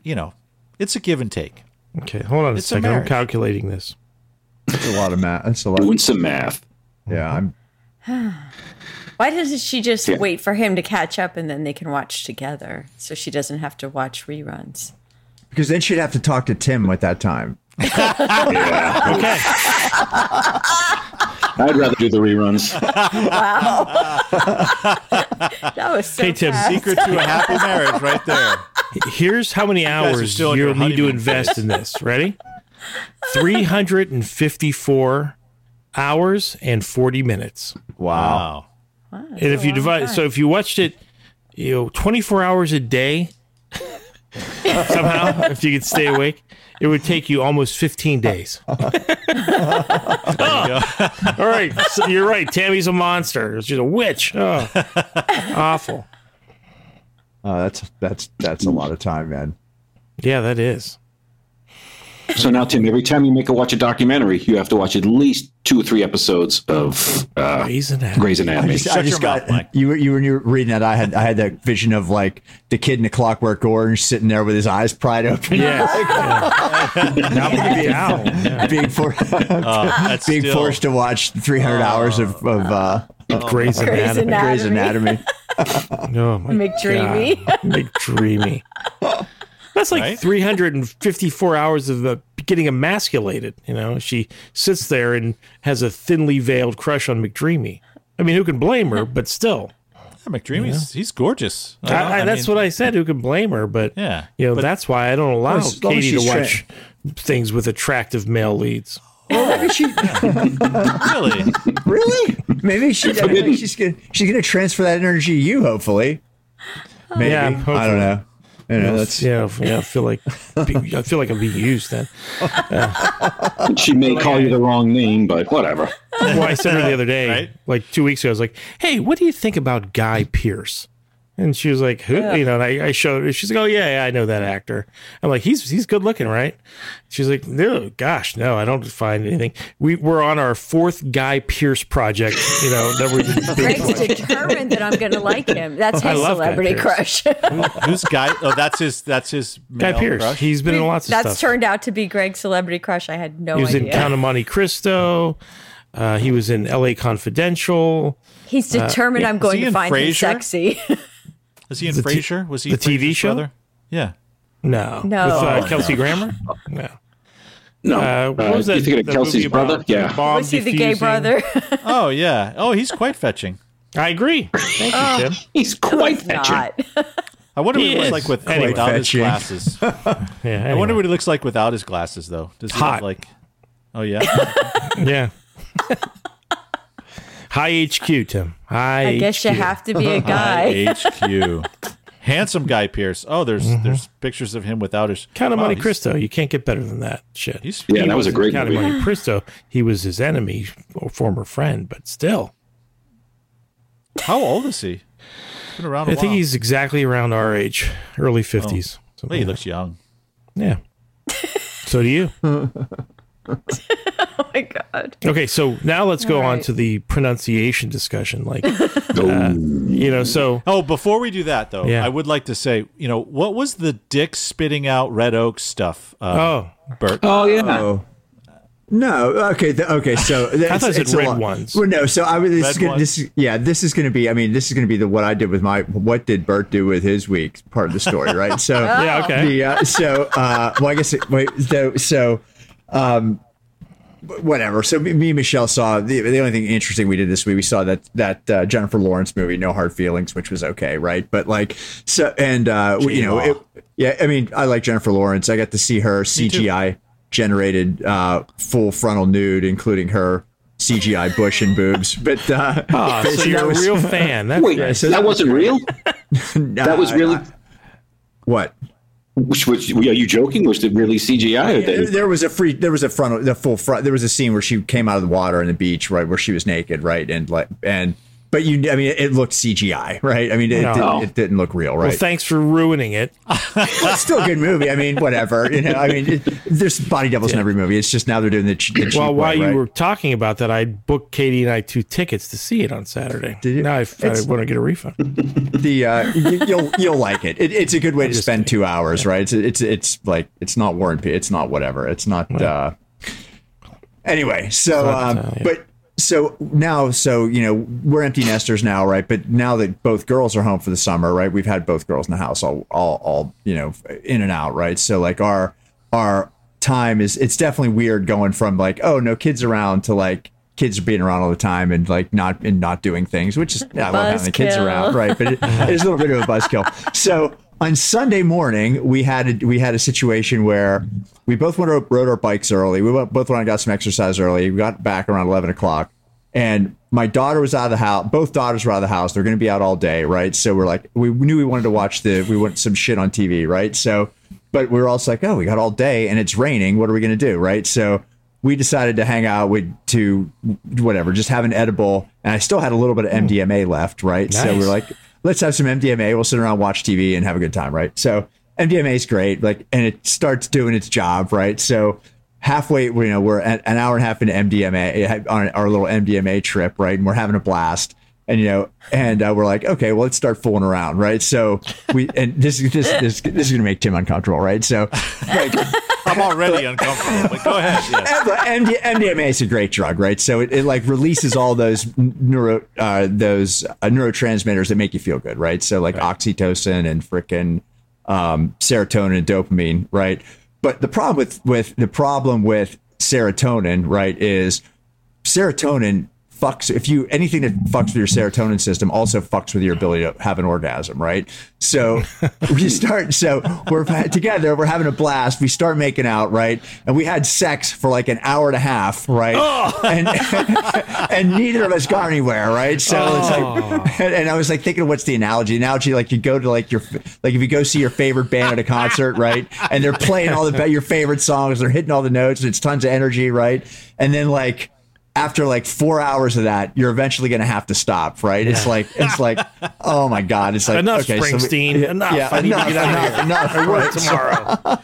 S2: you know, it's a give and take.
S4: Okay, hold on a
S2: It's a
S4: second. I'm
S2: marriage.
S4: calculating this.
S1: That's a lot of math. That's a lot.
S6: Doing some math.
S1: yeah, I'm.
S3: Why doesn't she just
S6: Yeah.
S3: wait for him to catch up and then they can watch together so she doesn't have to watch reruns?
S1: Because then she'd have to talk to Tim at that time.
S4: Okay.
S6: I'd rather do the reruns.
S3: That was so
S4: Hey, Tim,
S3: fast.
S2: Secret to a happy marriage, right there.
S4: Here's how many
S2: guys are
S4: hours
S2: still on
S4: you'll
S2: your
S4: need to
S2: honeymoon
S4: invest in this. Ready? 354 hours and 40 minutes.
S2: Wow.
S4: and if you divide, so if you watched it, you know, 24 hours a day, somehow, if you could stay awake, it would take you almost 15 days. Oh, all right. So you're right. Tammy's a monster. She's a witch. Oh, awful.
S1: Uh, that's that's that's a lot of time, man.
S4: Yeah, that is.
S6: so now, Tim, every time you make her watch a documentary, you have to watch at least two or three episodes of uh,
S4: Grey's Anatomy.
S6: Grey's Anatomy.
S1: I just
S2: your
S1: got
S2: mouth, Mike.
S1: you. were- You were- you were reading that. I had I had that vision of like the kid in the Clockwork Orange sitting there with his eyes pried open.
S4: Now I'm gonna be out. Yeah.
S1: being for,
S2: Uh, that's
S1: being
S2: still-
S1: forced to watch 300 hours of, of uh,
S4: Grey's
S3: Grey's
S4: Anatomy.
S1: Grey's
S3: Anatomy.
S1: Anatomy.
S4: Oh my
S3: McDreamy.
S4: God. McDreamy. That's like
S2: Right?
S4: 354 hours of uh, getting emasculated. You know, she sits there and has a thinly veiled crush on McDreamy. I mean, who can blame her? But still,
S2: Yeah, McDreamy's he's gorgeous.
S4: I, I, that's what I said. Who can blame her? But
S2: Yeah,
S4: you know,
S2: but-
S4: that's why I don't allow
S1: Well, as long as
S4: Katie to
S1: she's
S4: watch things with attractive male leads.
S2: I really.
S1: really? Maybe she, I feel like she's gonna she's gonna transfer that energy to you. Hopefully, maybe
S4: Yeah,
S1: I don't know. You know, that's
S4: Yeah, yeah. I feel like I feel like I'm being used then.
S6: She may call you the wrong
S4: uh,
S6: name, but whatever.
S4: well, I said to her the other day,
S2: Right?
S4: like two weeks ago, I was like, "Hey, what do you think about Guy Pierce?" And she was like, "Who?" You know, and I, I showed. her. She's like, "Oh yeah, yeah, I know that actor." I'm like, "He's he's good looking, right?" She's like, "No, gosh, no, I don't find anything." We we're on our fourth Guy Pierce project, you know, that we're
S3: Greg's determined that I'm going to like him. That's his
S4: love Guy
S3: celebrity
S4: Pearce.
S3: crush.
S2: Who's guy? Oh, that's his. That's his.
S4: Guy
S2: male
S4: Pierce.
S2: crush?
S4: He's been in lots of
S3: That's
S4: stuff.
S3: turned out to be Greg's celebrity crush. I had no
S4: he was
S3: idea.
S4: in Count of Monte Cristo. Uh, he was in L.A. Confidential,
S3: He's determined I'm going
S2: he
S3: to
S2: in
S3: find
S2: Frasier?
S3: him sexy.
S2: Is he in
S4: the t-
S2: Frasier? Was he
S4: the TV
S2: Frasier's
S4: show?
S2: brother? Yeah.
S4: no,
S3: No.
S4: with uh, Kelsey Grammer, no.
S6: No.
S4: Uh, what was that?
S6: You thinking of
S4: that
S6: Kelsey's
S4: movie about
S6: brother?
S4: the
S6: Yeah.
S4: bomb
S3: Was he the gay
S4: defusing-
S3: brother?
S2: Oh yeah. Oh, he's quite fetching.
S4: I agree. Thank you, Tim.
S6: He's quite fetching.
S3: Not.
S2: I wonder what he looks
S4: Yes.
S2: like with,
S4: Anyway.
S2: without his
S1: Fetching.
S2: glasses.
S4: Yeah,
S2: I wonder
S4: anyway.
S2: what he looks like without his glasses, though. Does he
S4: Hot.
S2: Have, like? Oh yeah.
S4: yeah. High HQ, Tim. High.
S3: I guess you
S4: HQ.
S3: have to be a guy.
S2: HQ. Handsome guy Pierce. Oh, there's there's pictures of him without his.
S4: Count of
S2: Wow,
S4: Monte
S2: he's-
S4: Cristo. You can't get better than that shit.
S2: He's,
S6: Yeah,
S4: He
S6: that was a
S4: wasn't
S6: great
S4: Count
S6: movie.
S4: of Monte Cristo. He was his enemy or former friend, but still,
S2: how old is he? He's Been around. I
S4: I think he's exactly around our age, early fifties.
S2: Well, he looks young.
S4: Yeah. so do you?
S3: oh my god. God.
S4: Okay, so now let's go
S3: All
S4: on
S3: right.
S4: to the pronunciation discussion. Like,
S6: Oh,
S4: uh, you know, so
S2: Oh, before we do that though,
S4: Yeah.
S2: I would like to say, you know, what was the dick spitting out red oak stuff? Uh,
S4: oh,
S2: Bert.
S6: Oh yeah.
S1: Oh. No. Okay. th- okay. So I
S4: thought it said red ones.
S1: Well, no. So I was. This
S2: Red
S1: is gonna, this is, yeah. This is going to be. I mean, this is going to be the what I did with my. What did Bert do with his week? Part of the story, right? So
S4: Yeah, okay.
S1: The, uh, so uh, well, I guess it, wait. So so. Um, whatever. So me, me and Michelle saw the, the only thing interesting we did this week. We saw that that uh, Jennifer Lawrence movie, No Hard Feelings, which was okay, right? But like so, and uh, we- you know,
S2: J-Law.
S1: it, yeah. I mean, I like Jennifer Lawrence. I got to see her CGI generated uh, full frontal nude, including her CGI bush and boobs. But uh,
S6: Oh,
S4: Ah, so
S1: that
S4: you're a
S1: was-
S4: real fan. That's
S6: Wait,
S4: nice.
S1: so
S6: that
S1: that-
S6: wasn't real. That was
S1: I-
S6: really.
S1: I- uh, what
S6: Which, which, are you joking? Was it really CGI? Or
S1: there,
S6: they,
S1: there was a free there was a frontal the full front there was a scene where she came out of the water on the beach right where she was naked right and like and but you i mean it looked cgi right i mean it,
S4: No.
S1: didn't, it didn't look real right
S4: Well, thanks for ruining it.
S1: Ah, it's still a good movie i mean whatever you know i mean it, there's body devils in every movie it's just now they're doing the, ch- the cheap
S4: Well, while
S1: way,
S4: you
S1: right?
S4: were talking about that, I booked Katie and I two tickets to see it on Saturday.
S1: Did you?
S4: Now I, I
S1: It's-
S4: want to get a refund.
S1: the uh, you, you'll you'll like it. it it's a good way to spend two hours right it's it's it's like it's not war and peace it's not whatever it's not uh anyway so um
S4: uh, yeah.
S1: but so now so you know we're empty nesters now right but now that both girls are home for the summer right we've had both girls in the house all all all you know in and out right so like our our time is it's definitely weird going from like oh no kids around to like kids being around all the time and like not and not doing things which is I love having the kids
S3: Buzzkill.
S1: around right but it, it's a little bit of a buzzkill so on Sunday morning we had a, we had a situation where we both went out- rode our bikes early we went, both went and got some exercise early we got back around 11 o'clock and my daughter was out of the house both daughters were out of the house they're going to be out all day right so we're like we knew we wanted to watch the we want some shit on tv right so but we were also like oh we got all day and it's raining what are we going to do right so we decided to hang out with to whatever just have an edible and i still had a little bit of mdma left right so
S4: Nice.
S1: we were like let's have some mdma we'll sit around watch tv and have a good time right so mdma is great like and it starts doing its job right so halfway, you know, we're at an hour and a half into MDMA on our little MDMA trip, right? And we're having a blast. And you know, and uh, we're like, okay, well, let's start fooling around, right? So we and this this this this is gonna make Tim uncomfortable, right? So like
S2: I'm already uncomfortable, but go ahead. Yeah.
S1: but MD, MDMA is a great drug, right? So it, it like releases all those n- neuro uh, those uh, neurotransmitters that make you feel good, right? So like oxytocin and frickin' um, serotonin and dopamine, right? But the problem with with the problem with serotonin, right, is serotonin fucks if you anything that fucks with your serotonin system also fucks with your ability to have an orgasm right so we start so we're together we're having a blast we start making out right and we had sex for like an hour and a half right and and neither of us got anywhere right so it's like and, and i was like thinking what's the analogy analogy like you go to like your like if you go see your favorite band at a concert right and they're playing all the your favorite songs they're hitting all the notes and it's tons of energy right and then like after like four hours of that, you're eventually going to have to stop, right? It's like it's like, oh my god, it's like
S4: Enough,
S1: okay, so we-
S4: Springsteen. enough.
S1: yeah,
S4: I need
S1: enough,
S4: to get out of
S1: enough, enough,
S4: here. I work
S1: right?
S4: tomorrow.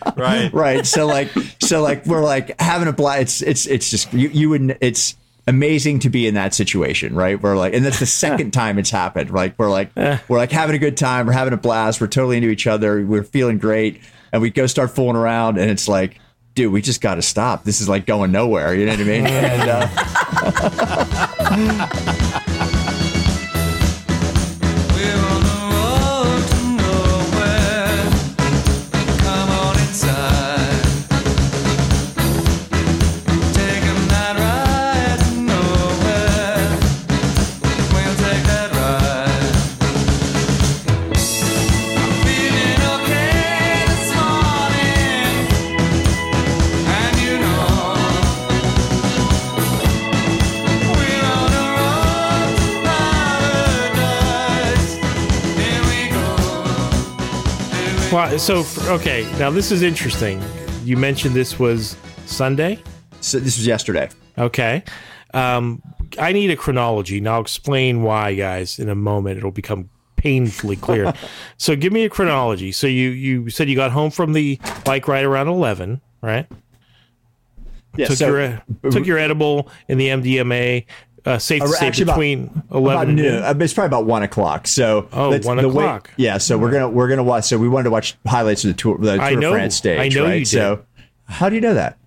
S2: Right.
S1: right so like so like we're like having a blast it's it's it's just you you would it's amazing to be in that situation right we're like and that's the second time it's happened like we're like
S4: Eh.
S1: we're like having a good time we're having a blast we're totally into each other we're feeling great and we go start fooling around and it's like dude we just gotta stop this is like going nowhere you know what i mean and uh,
S4: Well, so f- okay, now this is interesting. You mentioned this was Sunday.
S1: so this was yesterday
S4: Okay. Um, I need a chronology, and I'll explain why, guys, in a moment. It'll become painfully clear. so, give me a chronology. So, you you said you got home from the bike ride around eleven, right?
S1: Yeah,
S4: took
S1: so-
S4: your took your edible and the MDMA. Uh, safe to
S1: Ar-
S4: say
S1: actually about-
S4: between
S1: About
S4: eleven.
S1: noon. Uh, It's probably about one o'clock. So
S4: Oh,
S1: that's
S4: one
S1: the way-
S4: o'clock.
S1: yeah. So we're gonna we're gonna watch. So we wanted to watch highlights of the tour the Tour
S4: I know.
S1: of France stage.
S4: I know
S1: right?
S4: you did.
S1: So how do you know that?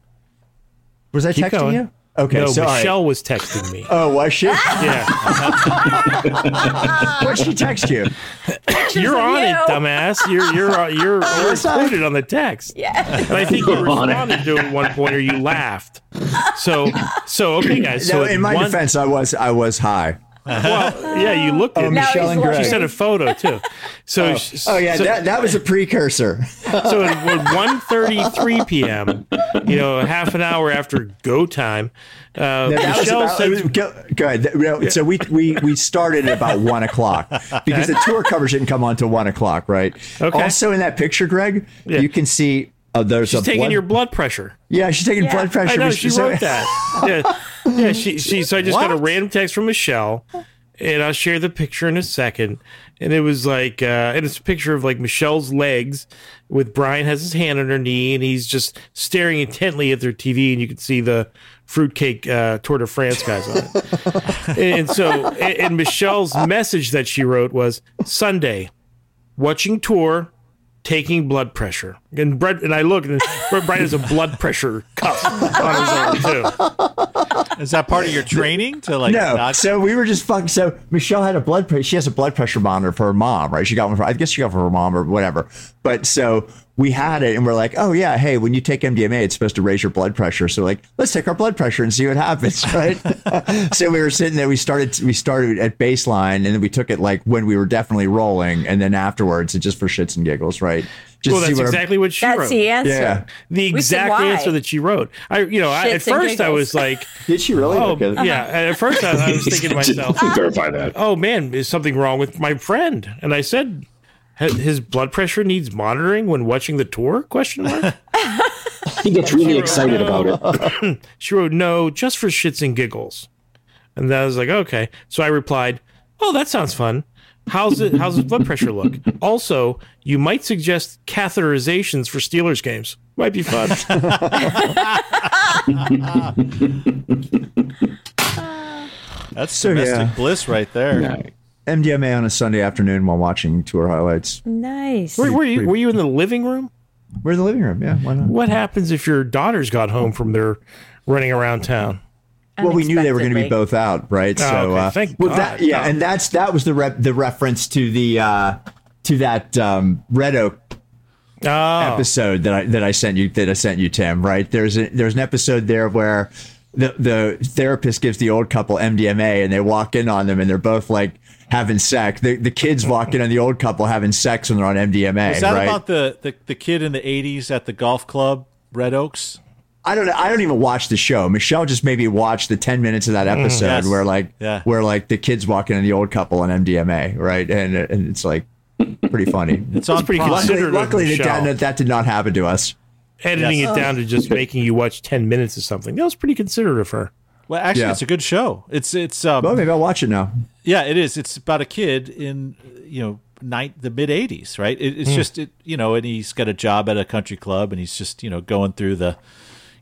S1: Was I
S4: Keep
S1: texting
S4: going.
S1: you? Okay.
S4: no,
S1: so all right.
S4: Michelle was texting me.
S1: Oh, was she?
S4: yeah,
S1: What she text you?
S4: you're
S3: of
S4: on
S3: you.
S4: it, dumbass. You're you're you're, you're included on the text.
S3: Yeah.
S4: And I think you
S6: You're on it.
S4: responded to it at one point, or you laughed. So so okay, guys. So
S1: no,
S4: at
S1: in my
S4: one-
S1: defense, I was I was high.
S4: well, yeah, you looked at.
S1: Oh,
S4: me.
S3: Now
S1: Michelle
S3: he's
S1: and
S3: watching.
S1: Greg.
S4: She sent a photo too. So sh-
S1: Oh yeah,
S4: so,
S1: that, that was a precursor.
S4: so at 1.33 p.m., you know, half an hour after go time,
S1: That
S4: uh,
S1: was
S4: Michelle
S1: about- it was-
S4: said,
S1: go, go ahead. That- well, So we, we we started at about one o'clock because the tour cover didn't come on till one o'clock, right?
S4: Okay.
S1: Also in that picture, Greg, you can see uh, there's
S4: she's
S1: a
S4: taking
S1: blood,
S4: your blood pressure.
S1: yeah, she's taking
S3: Yeah.
S1: blood pressure.
S4: I know
S1: which-
S4: she
S1: so-
S4: wrote that. Yeah, yeah. She, she. So I just got a
S2: What?
S4: random text from Michelle, and I'll share the picture in a second. And it was like, uh, and it's a picture of like Michelle's legs, with Brian has his hand on her knee, and he's just staring intently at their TV, and you can see the fruitcake uh, Tour de France guys on it. and so, and, and Michelle's message that she wrote was Sunday, watching tour. Taking blood pressure, and Brett and I look, and Brian has a blood pressure cuff on his arm too.
S2: Is that part of your training to like
S1: No,
S2: not
S1: so we were just fucking. So Michelle had a blood pressure. She has a blood pressure monitor for her mom, right? She got one for. I guess she got one for her mom or whatever. But so we had it, and we're like, oh yeah, hey, when you take MDMA, it's supposed to raise your blood pressure. So like, let's take our blood pressure and see what happens, right? so we were sitting there. We started. We started at baseline, and then we took it like when we were definitely rolling, and then afterwards, it just for shits and giggles, right? Just
S4: Well,
S1: to
S4: that's
S1: our-
S4: exactly what she
S3: That's
S4: wrote.
S3: the answer.
S1: Yeah.
S4: the
S3: We said
S4: exact
S3: why.
S4: answer that she wrote. I, you know, I,
S3: Shits
S4: at
S3: and
S4: first I
S3: giggles.
S4: was like,
S1: Did she really?
S4: oh
S1: Okay.
S4: yeah. At first I, I was thinking to myself,
S6: verify that.
S4: oh man, is something wrong with my friend? And I said, "H- his blood pressure needs monitoring when watching the tour? Question mark.
S6: He gets really excited about it.
S4: She wrote, no, just for shits and giggles. And then I was like, okay. So I replied, oh, that sounds fun. How's it? How's his blood pressure look? Also, you might suggest catheterizations for Steelers games. Might be fun.
S2: That's
S1: So,
S2: domestic
S1: yeah.
S2: bliss right there.
S1: MDMA on a Sunday afternoon while watching tour highlights.
S3: Mm. Nice.
S4: Were, were you were you in the living room?
S1: We're in the living room. Yeah, why not?
S4: What happens if your daughters got home from their running around town?
S1: well, we knew they were going to be
S3: Unexpectedly.
S1: both out, right?
S4: Oh,
S1: so,
S4: okay.
S1: uh,
S4: Thank
S1: well,
S4: God.
S1: that yeah, and that's that was the rep, the reference to the uh, to that um, Red Oak
S4: Oh,
S1: episode that I that I sent you that I sent you, Tim. Right? There's a, there's an episode there where the the therapist gives the old couple MDMA, and they walk in on them, and they're both like having sex. The the kids walk in on the old couple having sex when they're on MDMA.
S2: Is that
S1: right?
S2: about the, the the kid in the '80s at the golf club, Red Oaks?
S1: I don't. I don't even watch the show. Michelle just maybe watched the ten minutes of that
S4: Mm,
S1: episode
S2: yes.
S1: where like
S2: Yeah.
S1: where like the kids walking in the old couple on MDMA, right? And and it's like pretty funny.
S2: It's on
S4: pretty
S2: Prime.
S4: considerable.
S1: luckily,
S4: Considered
S1: luckily
S4: of
S1: that,
S4: Michelle.
S1: that that did not happen to us.
S4: editing
S2: Yes.
S4: it down to just making you watch ten minutes of something. That was pretty considerate of her.
S2: Well, actually,
S1: Yeah.
S2: it's a good show. It's it's um,
S1: Well, Oh, maybe I'll watch it now.
S2: Yeah, it is. It's about a kid in you know night the mid '80s, right? It, it's just it, you know, and he's got a job at a country club, and he's just you know going through the,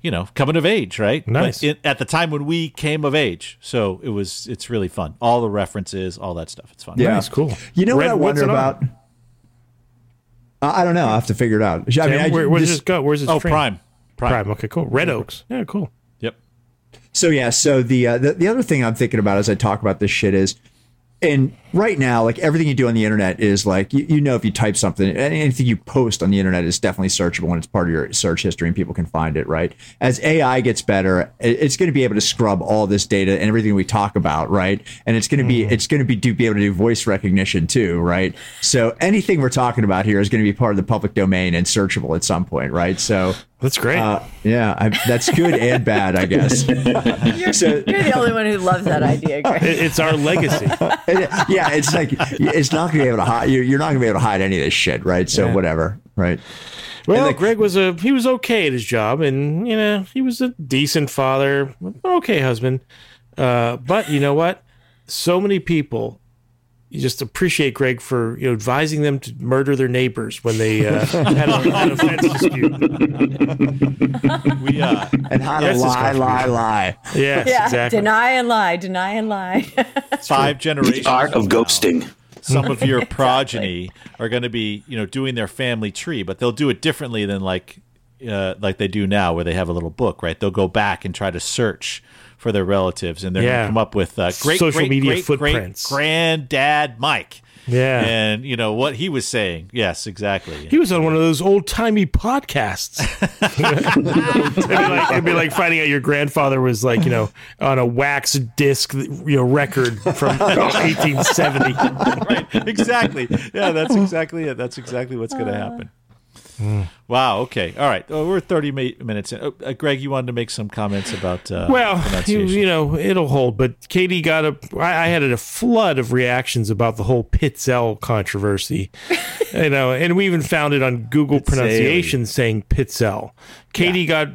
S2: you know, coming of age, right? But
S4: Nice.
S2: it- at the time when we came of age, so it was it's really fun. All the references, all that stuff. It's fun.
S1: Yeah,
S4: That's cool.
S1: You know
S4: Red-
S1: what I
S4: what's
S1: wonder
S4: it on?
S1: about? I I don't know. I have to figure it out. I mean, I,
S4: Where, where does
S1: this-
S4: this go? Where's this?
S2: Oh, Prime. Prime.
S4: Prime. Okay, cool. Red Oaks. Yeah, cool.
S2: Yep.
S1: So yeah, so the, uh, the the other thing I'm thinking about as I talk about this shit is, and right now, like everything you do on the internet is like you, you know if you type something, any- anything you post on the internet is definitely searchable and it's part of your search history and people can find it, right? As AI gets better, it- it's going to be able to scrub all this data and everything we talk about, right? And it's going to be it's going to be do be able to do voice recognition too, right? So anything we're talking about here is going to be part of the public domain and searchable at some point, right? So.
S4: That's great.
S1: Uh, yeah, I, that's good and bad, I guess. so
S3: You're the only one who loves that idea, Greg.
S4: It- it's our legacy.
S1: it- uh, yeah, it's like it's not gonna be able to hide. You're, you're not gonna be able to hide any of this shit, right? So
S4: Yeah.
S1: whatever, right?
S4: Well,
S1: like-
S4: Greg was a he was okay at his job, and you know he was a decent father, okay husband. Uh, but you know what? So many people you just appreciate Greg for you know advising them to murder their neighbors when they uh, had, a, had a fence dispute.
S2: We uh,
S1: And how to
S4: Yes, it's
S1: lie, lie, lie.
S4: Yes,
S3: Yeah,
S4: exactly.
S3: deny and lie, deny and lie.
S2: five generations.
S6: The art
S2: from
S6: of
S2: now,
S6: ghosting.
S2: Some of your progeny are going to be, you know, doing their family tree, but they'll do it differently than like, uh, like they do now, where they have a little book, right? They'll go back and try to search for their relatives, and they're going
S4: Yeah.
S2: to come up with uh, great
S4: Social
S2: great,
S4: media
S2: great,
S4: footprints.
S2: great granddad Mike,
S4: Yeah.
S2: and you know what he was saying. Yes, exactly.
S4: He was on one of those old timey podcasts. it'd, be like, it'd be like finding out your grandfather was like, you know, on a wax disc, you know, record from 1870.
S2: right. Exactly. Yeah, that's exactly it. That's exactly what's
S4: Uh.
S2: going to happen. Wow. Okay. All right. Oh, we're 30 ma- minutes in. Oh, uh, Greg, you wanted to make some comments about uh,
S4: Well, you,
S2: pronunciation.
S4: you know, it'll hold. But Katie got a. I, I had a flood of reactions about the whole Pitzel controversy. you know, and we even found it on Google pronunciation saying Pitzel. Katie got.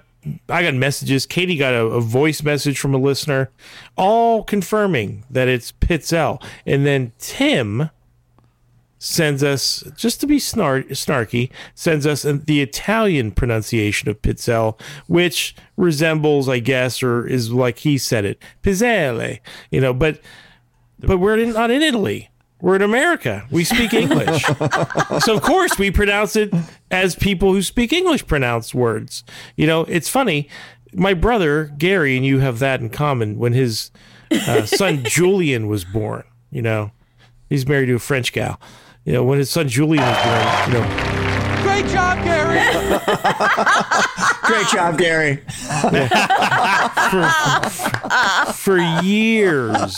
S4: I got messages. Katie got a, a voice message from a listener, all confirming that it's Pitzel. And then Tim sends us just to be snark, snarky sends us the Italian pronunciation of pizzelle, which resembles, I guess, or is like he said it, pizzelle. You know, but but we're in, not in Italy. We're in America. We speak English, so of course we pronounce it as people who speak English pronounce words. You know, it's funny. My brother Gary and you have that in common. When his uh, son Julian was born, you know, he's married to a French gal. You know, when his son Julian was born, you know,
S1: Great job, Gary.
S4: for years,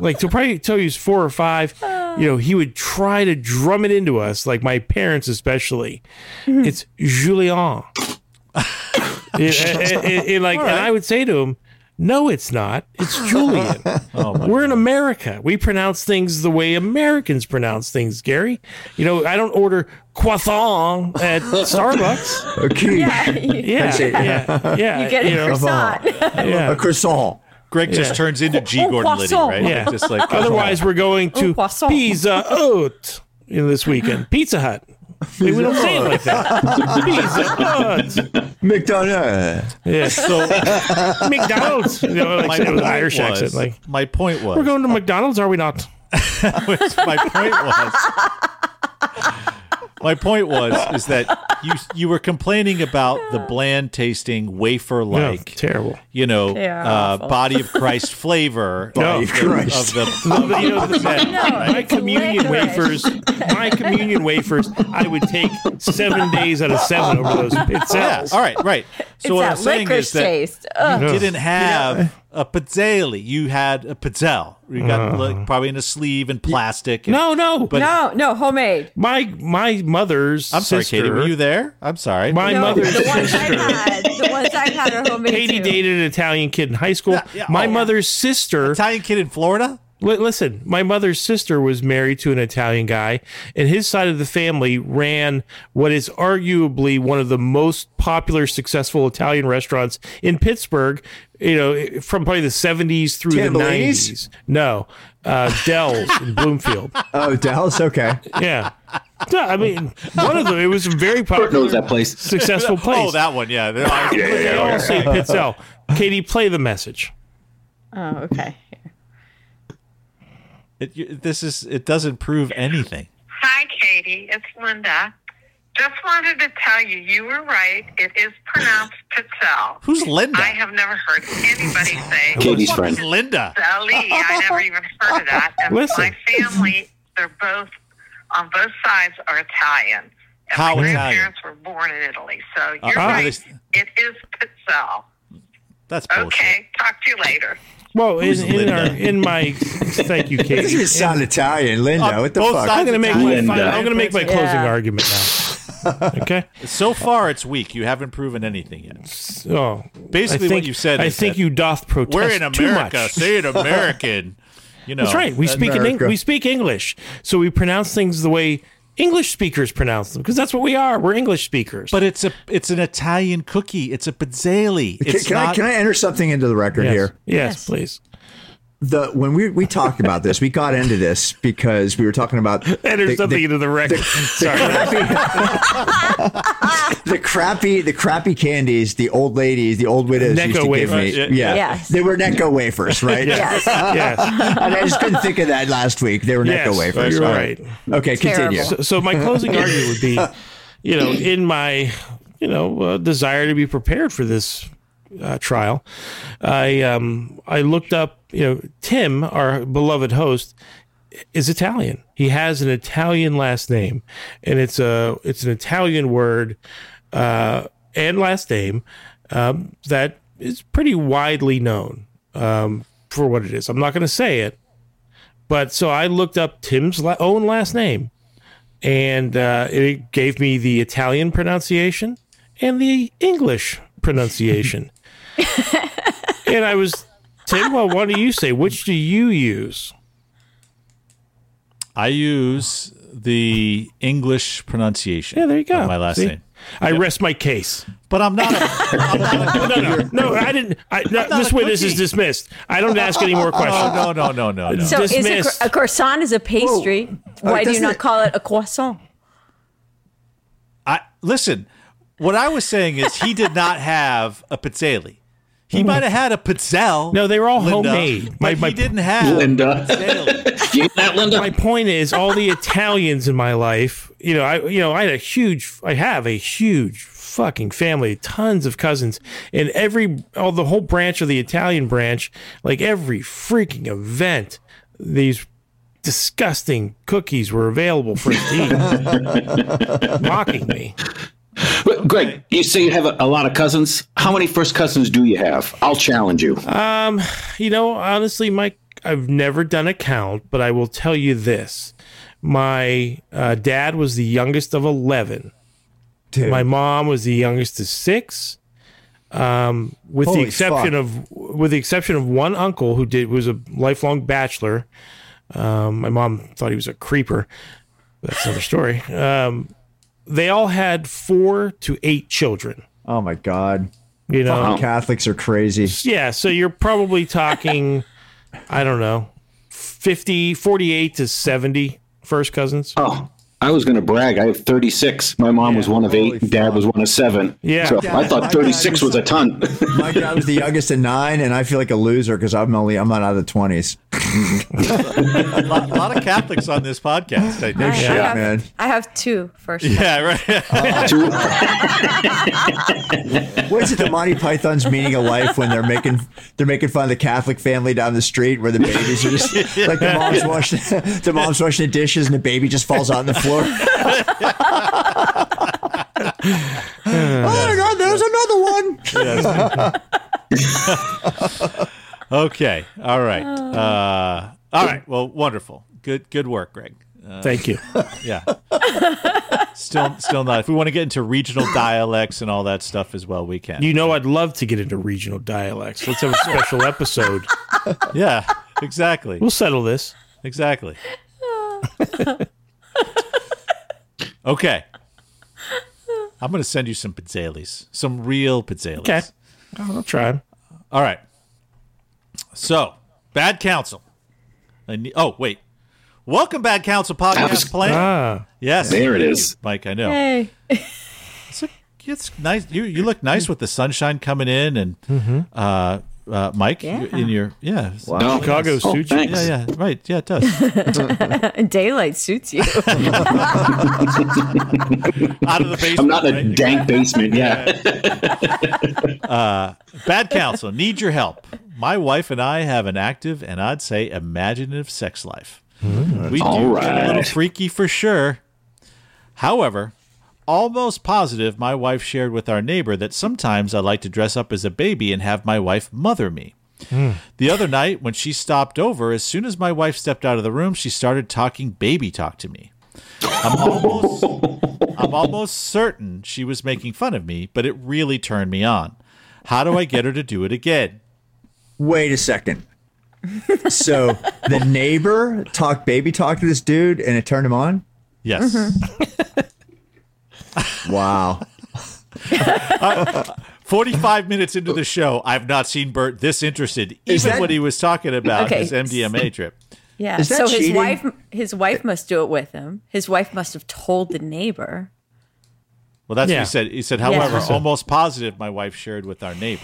S4: like till probably till he was four or five, you know, he would try to drum it into us, like my parents especially. It's Julian. It- it- it- it, like, and I would say to him, "No, it's not. It's Julian.
S2: Oh,
S4: We're in America. We pronounce things the way Americans pronounce things, Gary. You know, I don't order croissant at Starbucks.
S1: Okay.
S3: yeah, you,
S4: Yeah,
S1: That's it.
S4: yeah, yeah.
S3: you get a
S4: you know,
S3: croissant.
S4: yeah.
S1: A croissant.
S2: Greg just turns into G.
S3: oh,
S2: Gordon Liddy,
S3: croissant.
S2: right?
S4: Yeah.
S2: Just like
S4: Otherwise, we're going to
S3: Ooh, croissant.
S4: Pizza Hut you know, this weekend. Pizza Hut. we don't say it like that. Pizza Hut.
S1: McDonald's.
S4: Yeah.
S2: so
S4: McDonald's. You know, like
S2: my
S4: say it
S2: point
S4: with an Irish
S2: was,
S4: accent. Like
S2: my point was,
S4: we're going to McDonald's, are we not?
S2: my point was, my point was, is that you you were complaining about the bland tasting wafer
S4: No,
S2: like
S4: terrible.
S2: you know,
S3: They are
S2: uh,
S3: awful.
S2: body of Christ flavor
S4: Body
S2: of,
S1: of
S2: the,
S1: Oh, Christ.
S2: of the of
S4: You know,
S2: the scent,
S3: No,
S2: right?
S4: my
S3: it's
S4: communion
S3: licorice.
S4: wafers, my communion wafers, I would take seven days out of seven over those
S2: Yeah,
S4: pizzas.
S2: all right, right. So what I'm
S3: it's that
S2: saying
S3: licorice
S2: is that
S3: taste. Ugh.
S2: you didn't have a pizzelle. You had a pizzelle. You got like, probably in a sleeve and plastic. and-
S4: Uh-huh. No, no.
S2: But-
S4: But
S3: No, no, homemade.
S4: my my mother's
S2: I'm sorry, Katie. Were
S4: sister-
S2: you there? I'm sorry.
S4: My
S3: No,
S4: mother's
S3: the ones
S4: sister.
S3: I've had, the ones I've had are homemade.
S4: Katie
S3: too.
S4: dated an Italian kid in high school.
S2: Yeah, yeah,
S4: my
S2: oh, yeah.
S4: mother's sister.
S2: Italian kid in Florida.
S4: li- listen, my mother's sister was married to an Italian guy, and his side of the family ran what is arguably one of the most popular, successful Italian restaurants in Pittsburgh. You know, from probably the seventies through the
S1: Tambellini's?
S4: nineties. No, uh, Dell's in Bloomfield.
S1: Oh, Dallas. Okay.
S4: Yeah. No, I mean, one of them. It was a very
S6: Bert knows
S4: popular,
S6: that place.
S4: successful place.
S2: Oh, that one. Yeah. They're like-
S4: they all say Pitzel. Katie, play the message.
S3: Oh, okay.
S2: It, you, this is. It doesn't prove anything.
S7: Hi, Katie. It's Linda. Just wanted to tell you, you were right. It is pronounced Patel.
S2: Who's Linda?
S7: I have never heard anybody say
S6: Katie's
S2: Who's
S6: friend.
S2: Linda.
S7: Sally. I never even heard of that. And
S4: Listen.
S7: my family, they're both on both sides are Italian. And
S2: How
S7: my
S2: Italian?
S7: grandparents were born in Italy. So you're
S2: Ah.
S7: right.
S2: This-
S7: It is Patel.
S2: That's
S7: Okay.
S2: bullshit.
S7: Talk to you later.
S4: Well, in, in,
S2: Linda?
S4: our, in my thank you,
S1: This
S4: Katie.
S1: is sound Italian, Linda.
S2: Uh,
S1: what the
S2: both
S1: fuck?
S2: sides-
S4: I'm gonna make my
S6: Linda.
S4: final, I'm gonna make my closing
S3: Yeah.
S4: argument now. Okay.
S2: So far, it's weak. You haven't proven anything yet.
S4: Oh,
S2: Basically,
S4: I
S2: what
S4: think,
S2: you said
S4: I
S2: is
S4: think
S2: that
S4: you doth protest
S2: We're in
S4: too
S2: America.
S4: much.
S2: Say it American. You know.
S4: That's right. We speak in Eng-
S1: America.
S4: we speak English, so we pronounce things the way English speakers pronounce them because that's what we are. We're English speakers.
S2: But it's a it's an Italian cookie. It's a pizzelle.
S1: Can,
S2: It's
S1: can I
S2: not-
S1: can I enter something into the record
S4: yes,
S1: here?
S4: yes, please.
S1: the when we we talked about this, we got into this because we were talking about
S4: Enter
S1: the-
S4: something
S1: the-
S4: into the record. Sorry.
S1: the crappy the crappy candies the old ladies the old widows used
S4: Necco
S1: to give me
S2: wafers. Yeah.
S1: yeah
S3: Yes.
S1: they were Necco wafers right
S3: Yes.
S4: yes.
S1: and I just couldn't think of that last week they were
S4: Yes,
S1: Necco wafers
S4: you're
S1: All
S4: right.
S1: okay continue
S3: Terrible.
S4: So, so my closing argument would be, you know, in my, you know, uh, desire to be prepared for this uh, trial, I um I looked up, you know, Tim, our beloved host, is Italian. He has an Italian last name, and it's a it's an Italian word uh, and last name um, that is pretty widely known um, for what it is. I'm not going to say it, but so I looked up Tim's la- own last name, and uh, it gave me the Italian pronunciation and the English pronunciation. and I was, Tim, well, what do you say? Which do you use?
S2: I use the English pronunciation.
S4: Yeah, there you go.
S2: of Oh, My last
S4: See?
S2: name,
S4: I rest my case.
S2: but I'm not. A,
S4: No, I didn't. I, no,
S2: not
S4: this
S2: a
S4: way, this is
S2: cookie. Oh,
S4: dismissed. I don't ask any more questions.
S2: no, no, no, no, no.
S3: So is a,
S4: Dismissed.
S3: cro- a croissant is a pastry.
S1: Oh,
S3: Why do you
S1: doesn't
S3: not
S1: it-
S3: call it a croissant?
S2: I listen. What I was saying is he did not have a pizzelle. He might have had a pizzelle.
S4: No, they were all
S2: Linda,
S4: homemade.
S2: But
S4: My-
S2: he
S4: my-
S2: didn't have
S6: Linda.
S2: a pizzelle.
S6: Do you know that, Linda?
S4: My point is, all the Italians in my life, you know, I, you know, I had a huge, I have a huge fucking family, tons of cousins, and every, all the whole branch of the Italian branch, like every freaking event, these disgusting cookies were available for us to eat, mocking me.
S6: But, Greg, you say you have a, a lot of cousins. How many first cousins do you have? I'll challenge you.
S4: Oh. You know, honestly, Mike, I've never done a count, but I will tell you this. My uh, dad was the youngest of 11.
S1: Dude.
S4: My mom was the youngest of six. Um, with
S1: Holy
S4: the exception
S1: fuck.
S4: of with the exception of one uncle who did was a lifelong bachelor. Um, my mom thought he was a creeper. That's another story. Um, they all had four to eight children.
S1: oh my god
S4: You know,
S1: Catholics are crazy
S4: yeah so you're probably talking i don't know 50 48 to 70 first cousins
S6: Oh, I was going to brag. I have 36. My mom was one of eight. and Dad was one of seven.
S4: Yeah.
S6: So
S4: Dad,
S6: I
S1: my
S6: thought
S1: dad
S6: 36
S1: was-
S6: was a ton.
S1: my dad was the youngest of nine and I feel like a loser because I'm only I'm not out of the twenties
S2: a, lot, a lot of Catholics on this podcast. I
S3: I,
S2: think.
S3: I,
S1: shit,
S3: have,
S1: man.
S3: I have two first.
S2: Yeah, right.
S6: Two-
S1: What is it? The Monty Python's Meaning of Life when they're making they're making fun of the Catholic family down the street where the babies are just like the mom's washing the mom's washing the dishes and the baby just falls out on the floor. oh my God! There's another one.
S2: Okay. All right. Uh, all right. Well, wonderful. Good. Good work, Greg. Uh,
S4: thank you
S2: yeah. Still, still not. If we want to get into regional dialects and all that stuff as well, we can.
S4: you know i'd love to get into regional dialects let's have a special episode
S2: yeah. Exactly.
S4: we'll settle this
S2: Exactly. okay. I'm going to send you some pizzelles, some real pizzelles.
S4: okay i'll try
S2: All right. So, bad counsel. I ne- oh, wait. Welcome, Bad Counsel Podcast
S6: was-
S2: Plan.
S4: ah
S2: yes.
S6: there it is.
S2: Mike, I know.
S3: Hey.
S2: It's, a, it's nice. You you look nice with the sunshine coming in, and uh, uh, Mike, you- in your yeah,
S6: No.
S4: Chicago
S6: oh,
S4: suits you.
S6: thanks.
S2: yeah, yeah, right, yeah, it does.
S3: And daylight suits you.
S2: Out of the basement.
S6: I'm not in a
S2: right?
S6: dank basement. Yeah.
S2: Bad counsel. Need your help. My wife and I have an active and I'd say imaginative sex life. We do
S6: Hmm. All
S2: get a little
S6: right.
S2: freaky for sure. However, almost positive my wife shared with our neighbor that sometimes I like to dress up as a baby and have my wife mother me.
S6: Hmm.
S2: The other night, when she stopped over, as soon as my wife stepped out of the room, she started talking baby talk to me. I'm almost, I'm almost certain she was making fun of me, but it really turned me on. How do I get her to do it again?
S1: Wait a second. So the neighbor talked baby talk to this dude and it turned him on.
S2: Yes.
S1: Mm-hmm. Wow.
S2: Forty-five minutes into the show, I've not seen Bert this interested,
S1: Is
S2: even
S1: that-
S2: when he was talking about
S3: Okay.
S2: his MDMA trip.
S3: Yeah.
S1: Is that
S3: So his
S1: cheating?
S3: wife, his wife must do it with him. His wife must have told the neighbor.
S2: Well, that's what
S4: Yeah.
S2: he said. He said, however,
S3: Yeah.
S2: almost positive, my wife shared with our neighbor.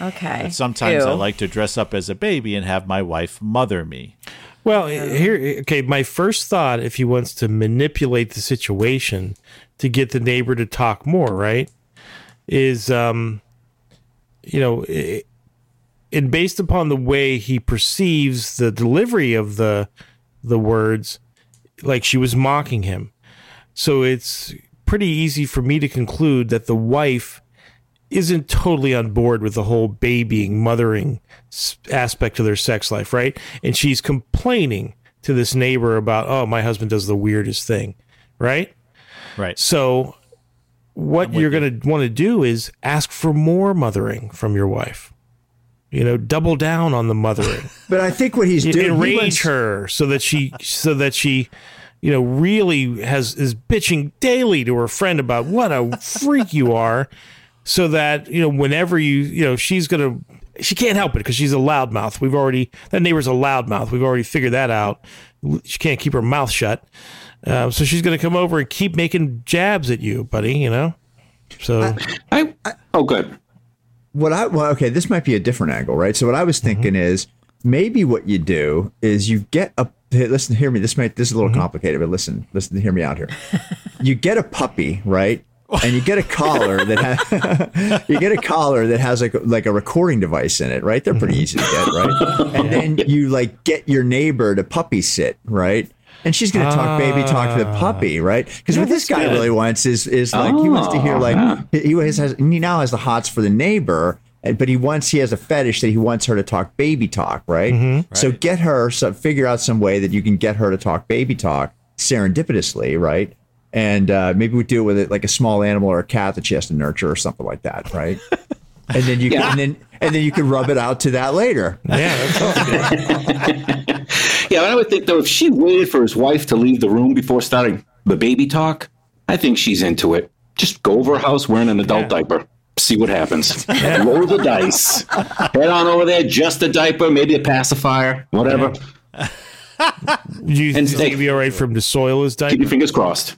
S3: Okay.
S2: That sometimes
S3: Ew.
S2: I like to dress up as a baby and have my wife mother me.
S4: Well, here, okay. My first thought, if he wants to manipulate the situation to get the neighbor to talk more, right, is, um, you know, i- and based upon the way he perceives the delivery of the the words, like she was mocking him. So it's pretty easy for me to conclude that the wife isn't totally on board with the whole babying, mothering s- aspect of their sex life, right? And she's complaining to this neighbor about, oh, my husband does the weirdest thing, right?
S2: Right.
S4: So, what
S2: with
S4: you're going to want to do is ask for more mothering from your wife. You know, double down on the mothering,
S1: But I think what he's
S4: En-
S1: doing he
S4: enrage
S1: wants-
S4: her so that she, so that she, you know, really has is bitching daily to her friend about what a freak you are, so that you know whenever you you know she's gonna she can't help it because she's a loudmouth. We've already that neighbor's a loudmouth. We've already figured that out. She can't keep her mouth shut, um, so she's gonna come over and keep making jabs at you, buddy. You know, so
S6: I, oh, good.
S1: what I well, okay, this might be a different angle, right? So what I was thinking is maybe what you do is you get a hey, listen, hear me. This might this is a little complicated, but listen, listen, hear me out here. you get a puppy, right? And you get a collar that ha- you get a collar that has like like a recording device in it, right? They're pretty easy to get, right? And then you like get your neighbor to puppy sit, right? And she's gonna talk baby talk to the puppy, right? Because what this guy really wants is is like he wants to hear like he he has, has he now has the hots for the neighbor, and- but he wants he has a fetish that he wants her to talk baby talk, right? So get her so figure out some way that you can get her to talk baby talk serendipitously, right? And uh, maybe we do it with it like a small animal or a cat that she has to nurture or something like that, right? and then you can, and then and then you can rub it out to that later.
S4: yeah, that's all.
S6: Yeah, but I would think though, if she waited for his wife to leave the room before starting the baby talk, I think she's into it. Just go over her house wearing an adult diaper. See what happens. Roll the dice. Head on over there, just a diaper, maybe a pacifier, whatever.
S4: Do you
S6: And
S4: think it'd be all right for him to soil his
S6: Keep your
S4: diaper?
S6: fingers crossed.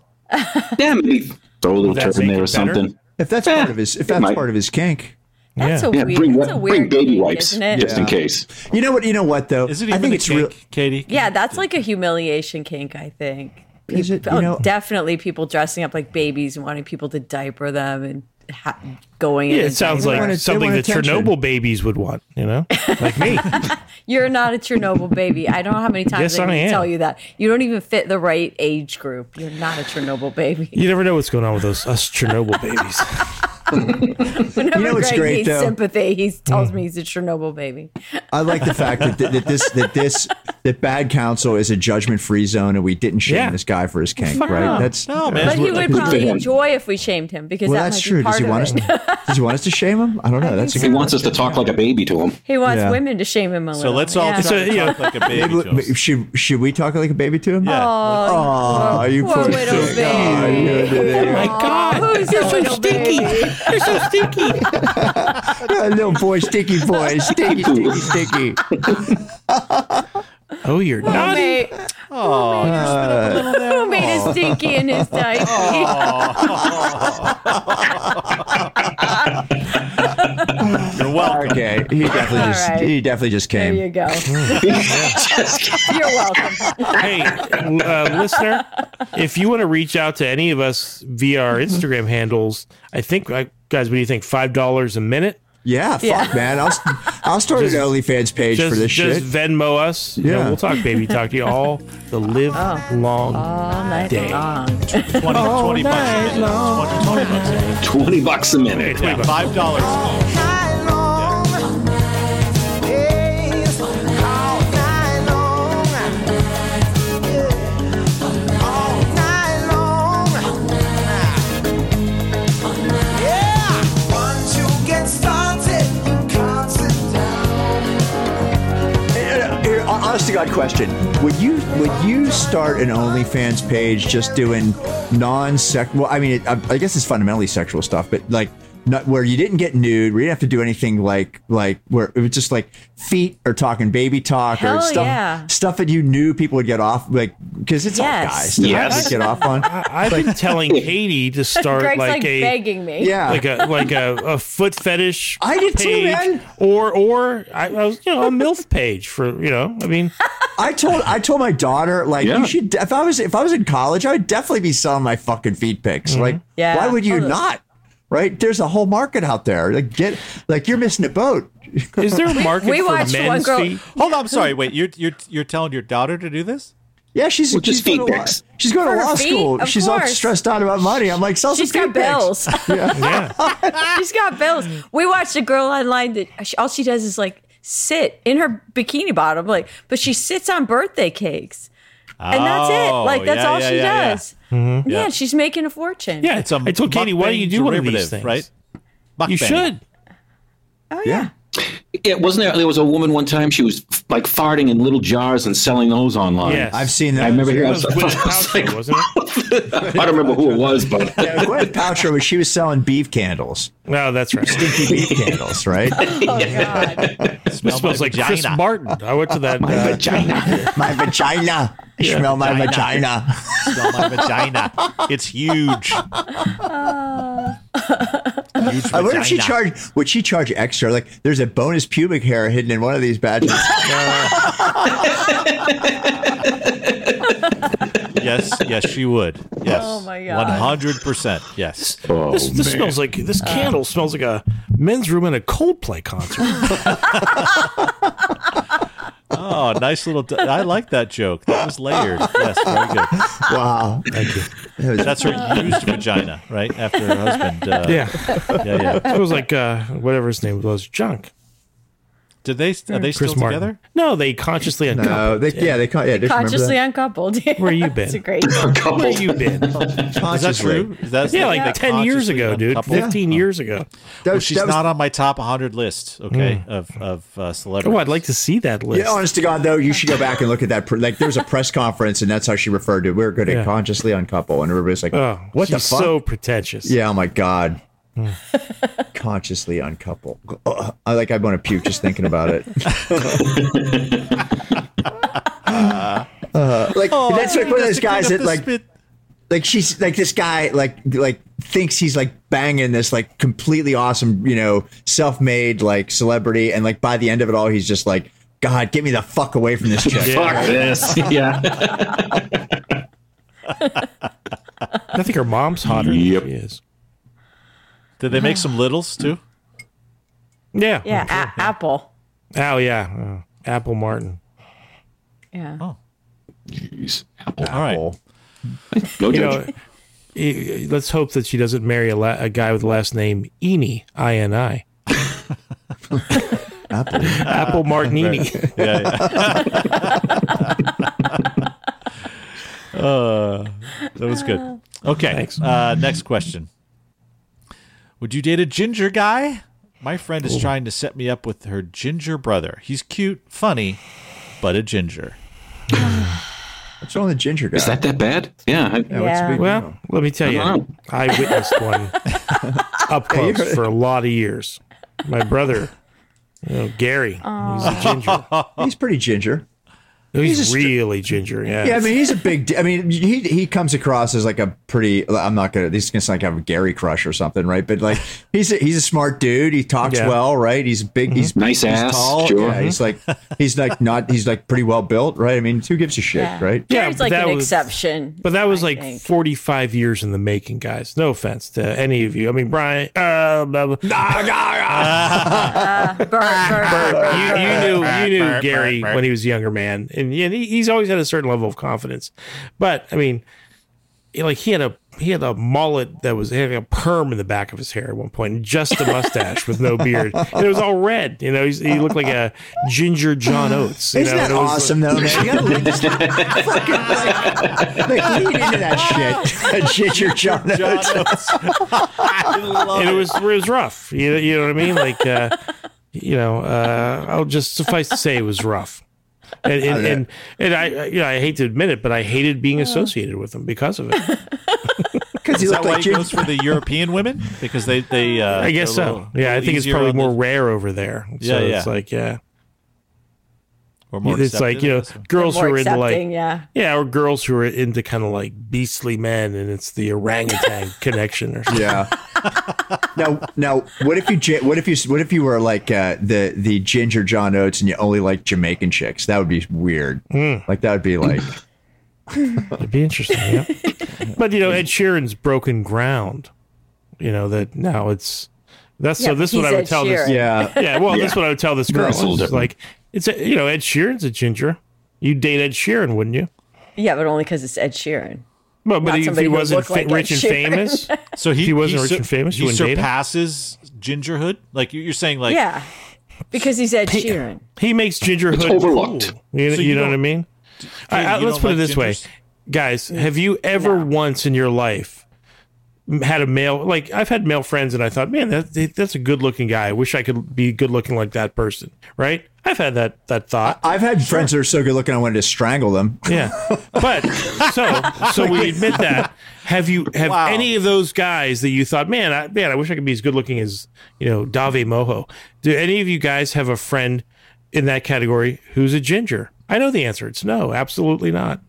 S6: Yeah, maybe throw a little
S4: That
S6: turd in
S4: make
S6: there or
S4: it better?
S6: something.
S1: If that's part of his, if that's
S6: might.
S1: part of his kink,
S3: That's a
S6: Yeah,
S3: weird.
S6: bring,
S3: that's a
S6: wi-
S3: weird
S6: bring baby
S3: kink,
S6: wipes
S3: isn't it?
S6: just in case.
S1: you know what? You know what though?
S2: Is it even
S1: I think
S2: a
S1: it's
S2: kink,
S1: real.
S2: Katie?
S3: Yeah, that's like a humiliation kink. I think.
S1: Is it?
S3: Oh,
S1: You know,
S3: definitely people dressing up like babies and wanting people to diaper them and ha- going. in
S4: Yeah, it
S3: and
S4: sounds
S3: diapering.
S4: like
S1: wanted- they
S4: something that
S1: want attention.
S4: Chernobyl babies would want. You know, like me.
S3: you're not a Chernobyl baby. I don't know how many times
S4: Yes,
S3: I
S4: I
S3: need
S4: am.
S3: to tell you that. You don't even fit the right age group. You're not a Chernobyl baby.
S4: You never know what's going on with those us Chernobyl babies.
S3: Whenever
S1: know what's
S3: Greg
S1: great,
S3: needs
S1: though?
S3: sympathy, he tells me he's a Chernobyl baby.
S1: I like the fact that, that, that this that this that bad counsel is a judgment free zone, and we didn't shame
S4: Yeah.
S1: this guy for his kink, right? That's
S2: No, man.
S3: But he would probably
S6: him.
S3: enjoy if we shamed him because
S1: well,
S3: that
S1: that's
S3: might
S1: true.
S3: be part
S1: Does he
S3: of
S1: want us?
S3: it.
S1: does he want us to shame him? I don't know. That's a
S6: He
S1: good
S6: wants us to talk like a baby to him.
S3: He wants
S1: Yeah.
S3: women to shame him a
S2: So
S3: little.
S2: let's all
S3: yeah.
S2: try to talk like a baby. to
S1: Maybe-
S2: us.
S1: Should should we talk like a baby to him?
S2: Yeah.
S1: Oh, you
S3: Poor
S1: poor
S3: little
S1: thing. Oh,
S3: baby.
S1: you little-
S4: My God,
S3: Who's the little baby?
S4: you're so stinky.
S1: Oh, little boy, sticky boy, sticky, sticky, sticky.
S4: Oh, you're
S3: Who
S4: naughty.
S3: made, who made a stinky in his diaper?
S2: You're welcome.
S1: Okay, he definitely
S3: All
S1: just
S3: right.
S1: he definitely just
S3: There
S1: came.
S3: you go. You're welcome.
S4: Hey, uh, listener, if you want to reach out to any of us via our Instagram handles, I think, uh, guys, what do you think? Five dollars a minute?
S1: Yeah, fuck,
S3: Yeah.
S1: man. I'll I'll start an OnlyFans page
S4: Just,
S1: for this
S4: just
S1: shit.
S4: Venmo us. You know,
S1: Yeah.
S4: we'll talk baby talk to you all the live long.
S3: All night
S4: Dang.
S3: long.
S2: 20, 20 bucks a minute. 20, 20 bucks a minute.
S6: 20 bucks a minute.
S2: Yeah, $5. dollars.
S1: Uh, here, hon- Honest to God, question: Would you would you start an OnlyFans page just doing non-sexual? I mean, it, I, I guess it's fundamentally sexual stuff, but like not, where you didn't get nude, where you didn't have to do anything like like where it was just like feet or talking baby talk or
S3: Hell
S1: stuff
S3: yeah.
S1: stuff that you knew people would get off like because it's all
S3: Yes.
S1: guys that
S6: Yes.
S1: would get off on.
S4: I, I've been telling Katie to start
S3: Greg's
S4: like,
S3: like,
S4: a
S3: begging me.
S1: Yeah,
S4: like a like a, a foot fetish.
S1: I did too,
S4: page,
S1: man.
S4: Or or I, I was you know a milf page for you know I mean
S1: I told I told my daughter like
S6: Yeah.
S1: you should if I was if I was in college I would definitely be selling my fucking feet pics like
S3: Yeah,
S1: why would you
S3: totally.
S1: not right there's a whole market out there like get like you're missing a boat
S4: is there a market
S3: we
S4: for
S3: watched
S4: men's
S3: one girl-
S4: feet?
S2: Hold on, I'm sorry. Wait, you're you're you're telling your daughter to do this?
S1: yeah she's
S6: Which is
S1: she's going
S6: feet
S1: to law,
S6: pics.
S1: she's going
S3: For
S1: to
S3: her
S1: law
S3: feet,
S1: school
S3: of
S1: she's all
S3: course.
S1: stressed out about money I'm like sell some
S3: She's
S1: feet
S3: got
S1: pics.
S3: bills.
S4: Yeah.
S3: She's got bills. We watched a girl online that she, all she does is like sit in her bikini bottom, like, but she sits on birthday cakes, and that's it.
S2: Oh,
S3: Like that's
S2: yeah,
S3: all
S2: yeah,
S3: she
S2: yeah, yeah.
S3: does. Man, she's making a fortune.
S4: Mm-hmm. Yeah,
S2: It's a
S4: I told Katie, why do
S2: mukbang
S4: you do one of these
S2: derivative,
S4: things?
S2: Right?
S4: You
S2: Mukbang.
S4: should.
S3: Oh,
S1: yeah.
S6: Yeah, wasn't there? There was a woman one time. She was f- like farting in little jars and selling those online.
S4: Yes.
S1: I've seen that
S6: I remember
S4: It
S6: hearing.
S4: was Gwyneth
S6: I was
S4: Paltrow,
S6: like,
S4: wasn't it?
S6: I don't remember who it was, but
S1: Yeah, Gwyneth Paltrow was she was selling beef candles
S4: No, that's right. It
S1: stinky beef candles right
S3: Oh God.
S2: Smell my
S4: smells like Chris
S2: vagina.
S4: Martin. I went to that.
S6: my
S4: uh,
S6: vagina.
S1: my vagina I smell my
S2: vagina.
S1: vagina.
S2: Smell my vagina. It's huge. Huge
S1: I wonder if she
S2: vagina.
S1: charged. Uh, Would she charge extra? Like, there's a bonus pubic hair hidden in one of these badges.
S2: Yes, yes, she would. Yes.
S3: Oh my God.
S2: One hundred percent. Yes.
S6: Oh,
S4: This, this smells like this candle smells like a men's room in a Coldplay concert.
S2: Oh, nice little. d- I like that joke. That was layered. Yes, very good.
S1: wow.
S4: Thank you.
S1: That was-
S2: That's her used vagina, right? After her husband. Uh,
S4: Yeah,
S2: yeah, yeah.
S4: it was like uh, whatever his name was, junk.
S2: Did they? Are they
S4: Chris
S2: still
S4: Martin.
S2: together?
S4: No, they consciously
S1: no,
S4: uncoupled.
S1: Uh, they, yeah, they can't. Yeah, just remember
S3: Consciously
S1: that.
S3: uncoupled.
S4: Where you been?
S3: It's a great.
S4: Where you been?
S2: Is that
S1: Consciously.
S2: true? Is that
S4: Yeah, like
S2: they
S4: ten years
S2: consciously
S4: ago, dude.
S2: uncoupled?
S4: Fifteen years ago.
S1: That
S2: Well,
S1: was-
S2: she's
S1: that was-
S2: not on my top 100 list, okay, of of uh, celebrities.
S4: Mm. Oh, I'd like to see that list.
S1: Yeah, oh, honest to God, though, you should go back and look at that. Pre- like, there was a press conference, and that's how she referred to. it. We were going to
S4: Yeah.
S1: consciously uncouple, and everybody's like,
S4: oh,
S1: "What the
S4: she's
S1: fuck?"
S4: So pretentious.
S1: yeah, oh my god. consciously uncouple. Ugh, I like. I want to puke just thinking about it. Uh, like that's like one of those guys that like like she's like this guy like like thinks he's like banging this like completely awesome you know self-made like celebrity and like by the end of it all he's just like god get me the fuck away from this chick
S6: Fuck this. Yeah.
S4: I think her mom's hotter
S6: Yep.
S4: than she is.
S2: Did they make some littles too?
S4: Yeah.
S3: Yeah, a- Apple.
S4: Oh yeah. Oh, Apple Martin.
S3: Yeah.
S4: Oh.
S6: Jeez. Apple.
S2: All right.
S1: Apple.
S6: No
S4: You
S6: judge.
S4: know, eh, let's hope that she doesn't marry a, la- a guy with the last name Eni. I N I. Apple Martinini.
S2: That was good.
S4: Ah.
S2: Okay. Uh, next question. Would you date a ginger guy? My friend is trying to set me up with her ginger brother. He's cute, funny, but a ginger.
S1: what's wrong with the ginger guy
S6: Is that that bad? Yeah. I,
S1: Yeah, what's the
S3: Yeah.
S1: big
S4: Well,
S1: deal?
S4: let me tell you,
S6: Hello.
S4: I witnessed one up close for a lot of years. My brother, you know, Gary, he's a ginger.
S1: he's pretty ginger
S4: He's,
S1: He's a str-
S4: really ginger. Yeah.
S1: yeah i mean he's a big d- i mean he he comes across as like a pretty i'm not gonna this is gonna sound like i have a gary crush or something right but like he's a he's a smart dude he talks
S4: Yeah.
S1: well right he's big he's
S6: Nice
S1: he's
S6: ass,
S1: tall
S6: Mm-hmm. sure.
S1: yeah he's like he's like not he's like pretty well built right i mean who gives a shit right
S4: Yeah,
S3: Gary's
S4: but
S3: like
S4: that
S3: an
S4: was-
S3: exception.
S4: But that was
S3: I
S4: like
S3: think.
S4: 45 years in the making, guys. No offense to any of you. I mean, Brian, uh, blah, blah.
S1: Ah,
S3: Burr, burr, burr, burr.
S4: you, you knew you knew Gary when he was a younger man, and yeah, he, he's always had a certain level of confidence. But I mean, he- like he had a he had a mullet that was having a perm in the back of his hair at one point, and just a mustache with no beard, and it was all red. You know, he's, he looked like a ginger John Oates. You
S1: Isn't
S4: know,
S1: that
S4: and it was like-
S1: awesome though, man? You gotta like, just fucking like, like lean into that shit. That shit you're jumping.
S2: John Oates. I love
S4: and it
S2: it.
S4: was it was rough. You you know what I mean? Like uh, you know, uh, I'll just suffice to say it was rough. And and, and and I I- you know I hate to admit it, but I hated being associated with him because of it.
S1: Because he
S2: Is that
S1: looked
S2: why
S1: like
S2: it
S1: Jim.
S2: goes for the European women? Because they they uh,
S4: I guess
S2: they're a
S4: so.
S2: little-
S4: Yeah, I think it's
S2: easier
S4: probably
S2: on
S4: more
S2: the-
S4: rare over there. So
S2: Yeah,
S4: it's
S2: yeah.
S4: like yeah,
S2: or more
S4: it's like
S2: accepted,
S4: you
S2: I
S4: know,
S2: guess.
S4: girls who
S3: more
S4: are into
S3: accepting,
S4: like
S3: yeah.
S4: yeah, or girls who are into kind of like beastly men, and it's the orangutan connection or something.
S1: Yeah. now, now, what if you ja- what if you what if you were like uh, the the ginger John Oates and you only like Jamaican chicks? That would be weird. Like that would be like
S4: It'd be interesting. Yeah, but you know, Ed Sheeran's broken ground. You know that now it's that's
S3: Yeah,
S4: so.
S3: but
S4: This is what
S3: he's
S4: I would
S3: Ed
S4: tell this.
S3: Sheeran.
S1: yeah.
S4: yeah, well, that's what I would tell this girl.
S6: That's a little
S4: It's
S6: different.
S4: like it's a, you know Ed Sheeran's a ginger. You'd date Ed Sheeran, wouldn't you?
S3: Yeah, but only because it's Ed Sheeran.
S4: Well, but
S3: Not
S4: if
S3: somebody
S4: he
S3: who
S4: wasn't
S3: looked like
S4: fa-
S3: Ed
S4: rich and
S3: Sheeran.
S4: famous,
S2: So he,
S4: he wasn't
S2: he
S4: rich and famous, you
S2: He
S4: wouldn't date him?
S2: surpasses gingerhood. Like you- you're saying, like
S3: Yeah, because he's Ed Sheeran.
S4: he makes ginger
S6: It's
S4: hood
S6: overlooked.
S4: cool. You,
S2: So
S4: you
S2: you
S4: know what I
S2: don't-
S4: mean? I- I-
S2: you
S4: let's
S2: don't
S4: put it
S2: like
S4: this way,
S2: gingers?
S4: guys: Have you ever once in your life m- had a male like I've had male friends, and I thought, man, that, that's a good-looking guy. I wish I could be good-looking like that person, right? I've had that that thought.
S1: I've had friends that are so good looking I wanted to strangle them.
S4: Yeah. But so so we admit that. Have you have
S2: Wow.
S4: any of those guys that you thought, man, I, man, I wish I could be as good looking as you know Dave Moho? Do any of you guys have a friend in that category who's a ginger? I know the answer. It's no, absolutely not.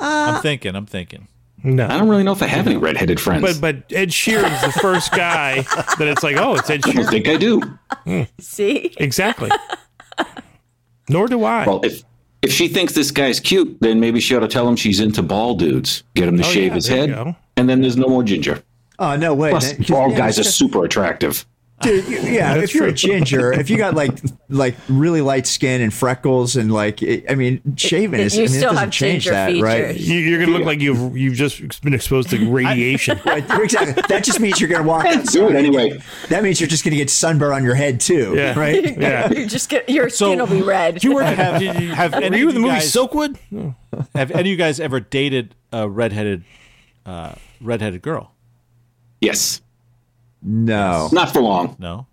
S2: I'm thinking, I'm thinking.
S6: I
S4: No.
S6: don't really know if I have any redheaded friends.
S4: But but Ed Sheeran's the first guy that it's like, oh, it's Ed
S6: I don't
S4: Sheeran.
S6: think I do.
S3: See,
S4: Exactly. Nor do I.
S6: Well, if if she thinks this guy's cute, then maybe she ought to tell him she's into bald dudes. Get him to shave
S4: Oh, yeah,
S6: his
S4: there you
S6: head,
S4: go.
S6: and then there's no more ginger.
S1: Oh no way!
S6: Plus,
S1: That-
S6: bald
S1: yeah,
S6: guys are super attractive.
S1: dude, you- yeah, if you're a ginger, if you got like like really light skin and freckles and like it, I mean shaving
S3: It-
S1: is
S3: you
S1: I mean, it
S3: still
S1: doesn't
S3: have
S1: change
S3: ginger
S1: that right?
S3: features.
S4: You, you're gonna look like you've you've just been exposed to radiation.
S1: Right, exactly. That just means you're gonna walk.
S6: Do
S1: outside.
S6: it anyway.
S1: That means you're just gonna get sunburn on your head too.
S4: Yeah.
S1: Right.
S4: Yeah.
S3: you're just gonna, your
S2: So-
S3: skin will be red.
S4: You were have,
S2: have
S4: were
S2: any
S4: you
S2: of
S4: in the
S2: you
S4: movie
S2: guys-
S4: Silkwood?
S2: Have any of you guys ever dated a redheaded uh, redheaded girl?
S6: Yes,
S1: No.
S6: not for long.
S2: No,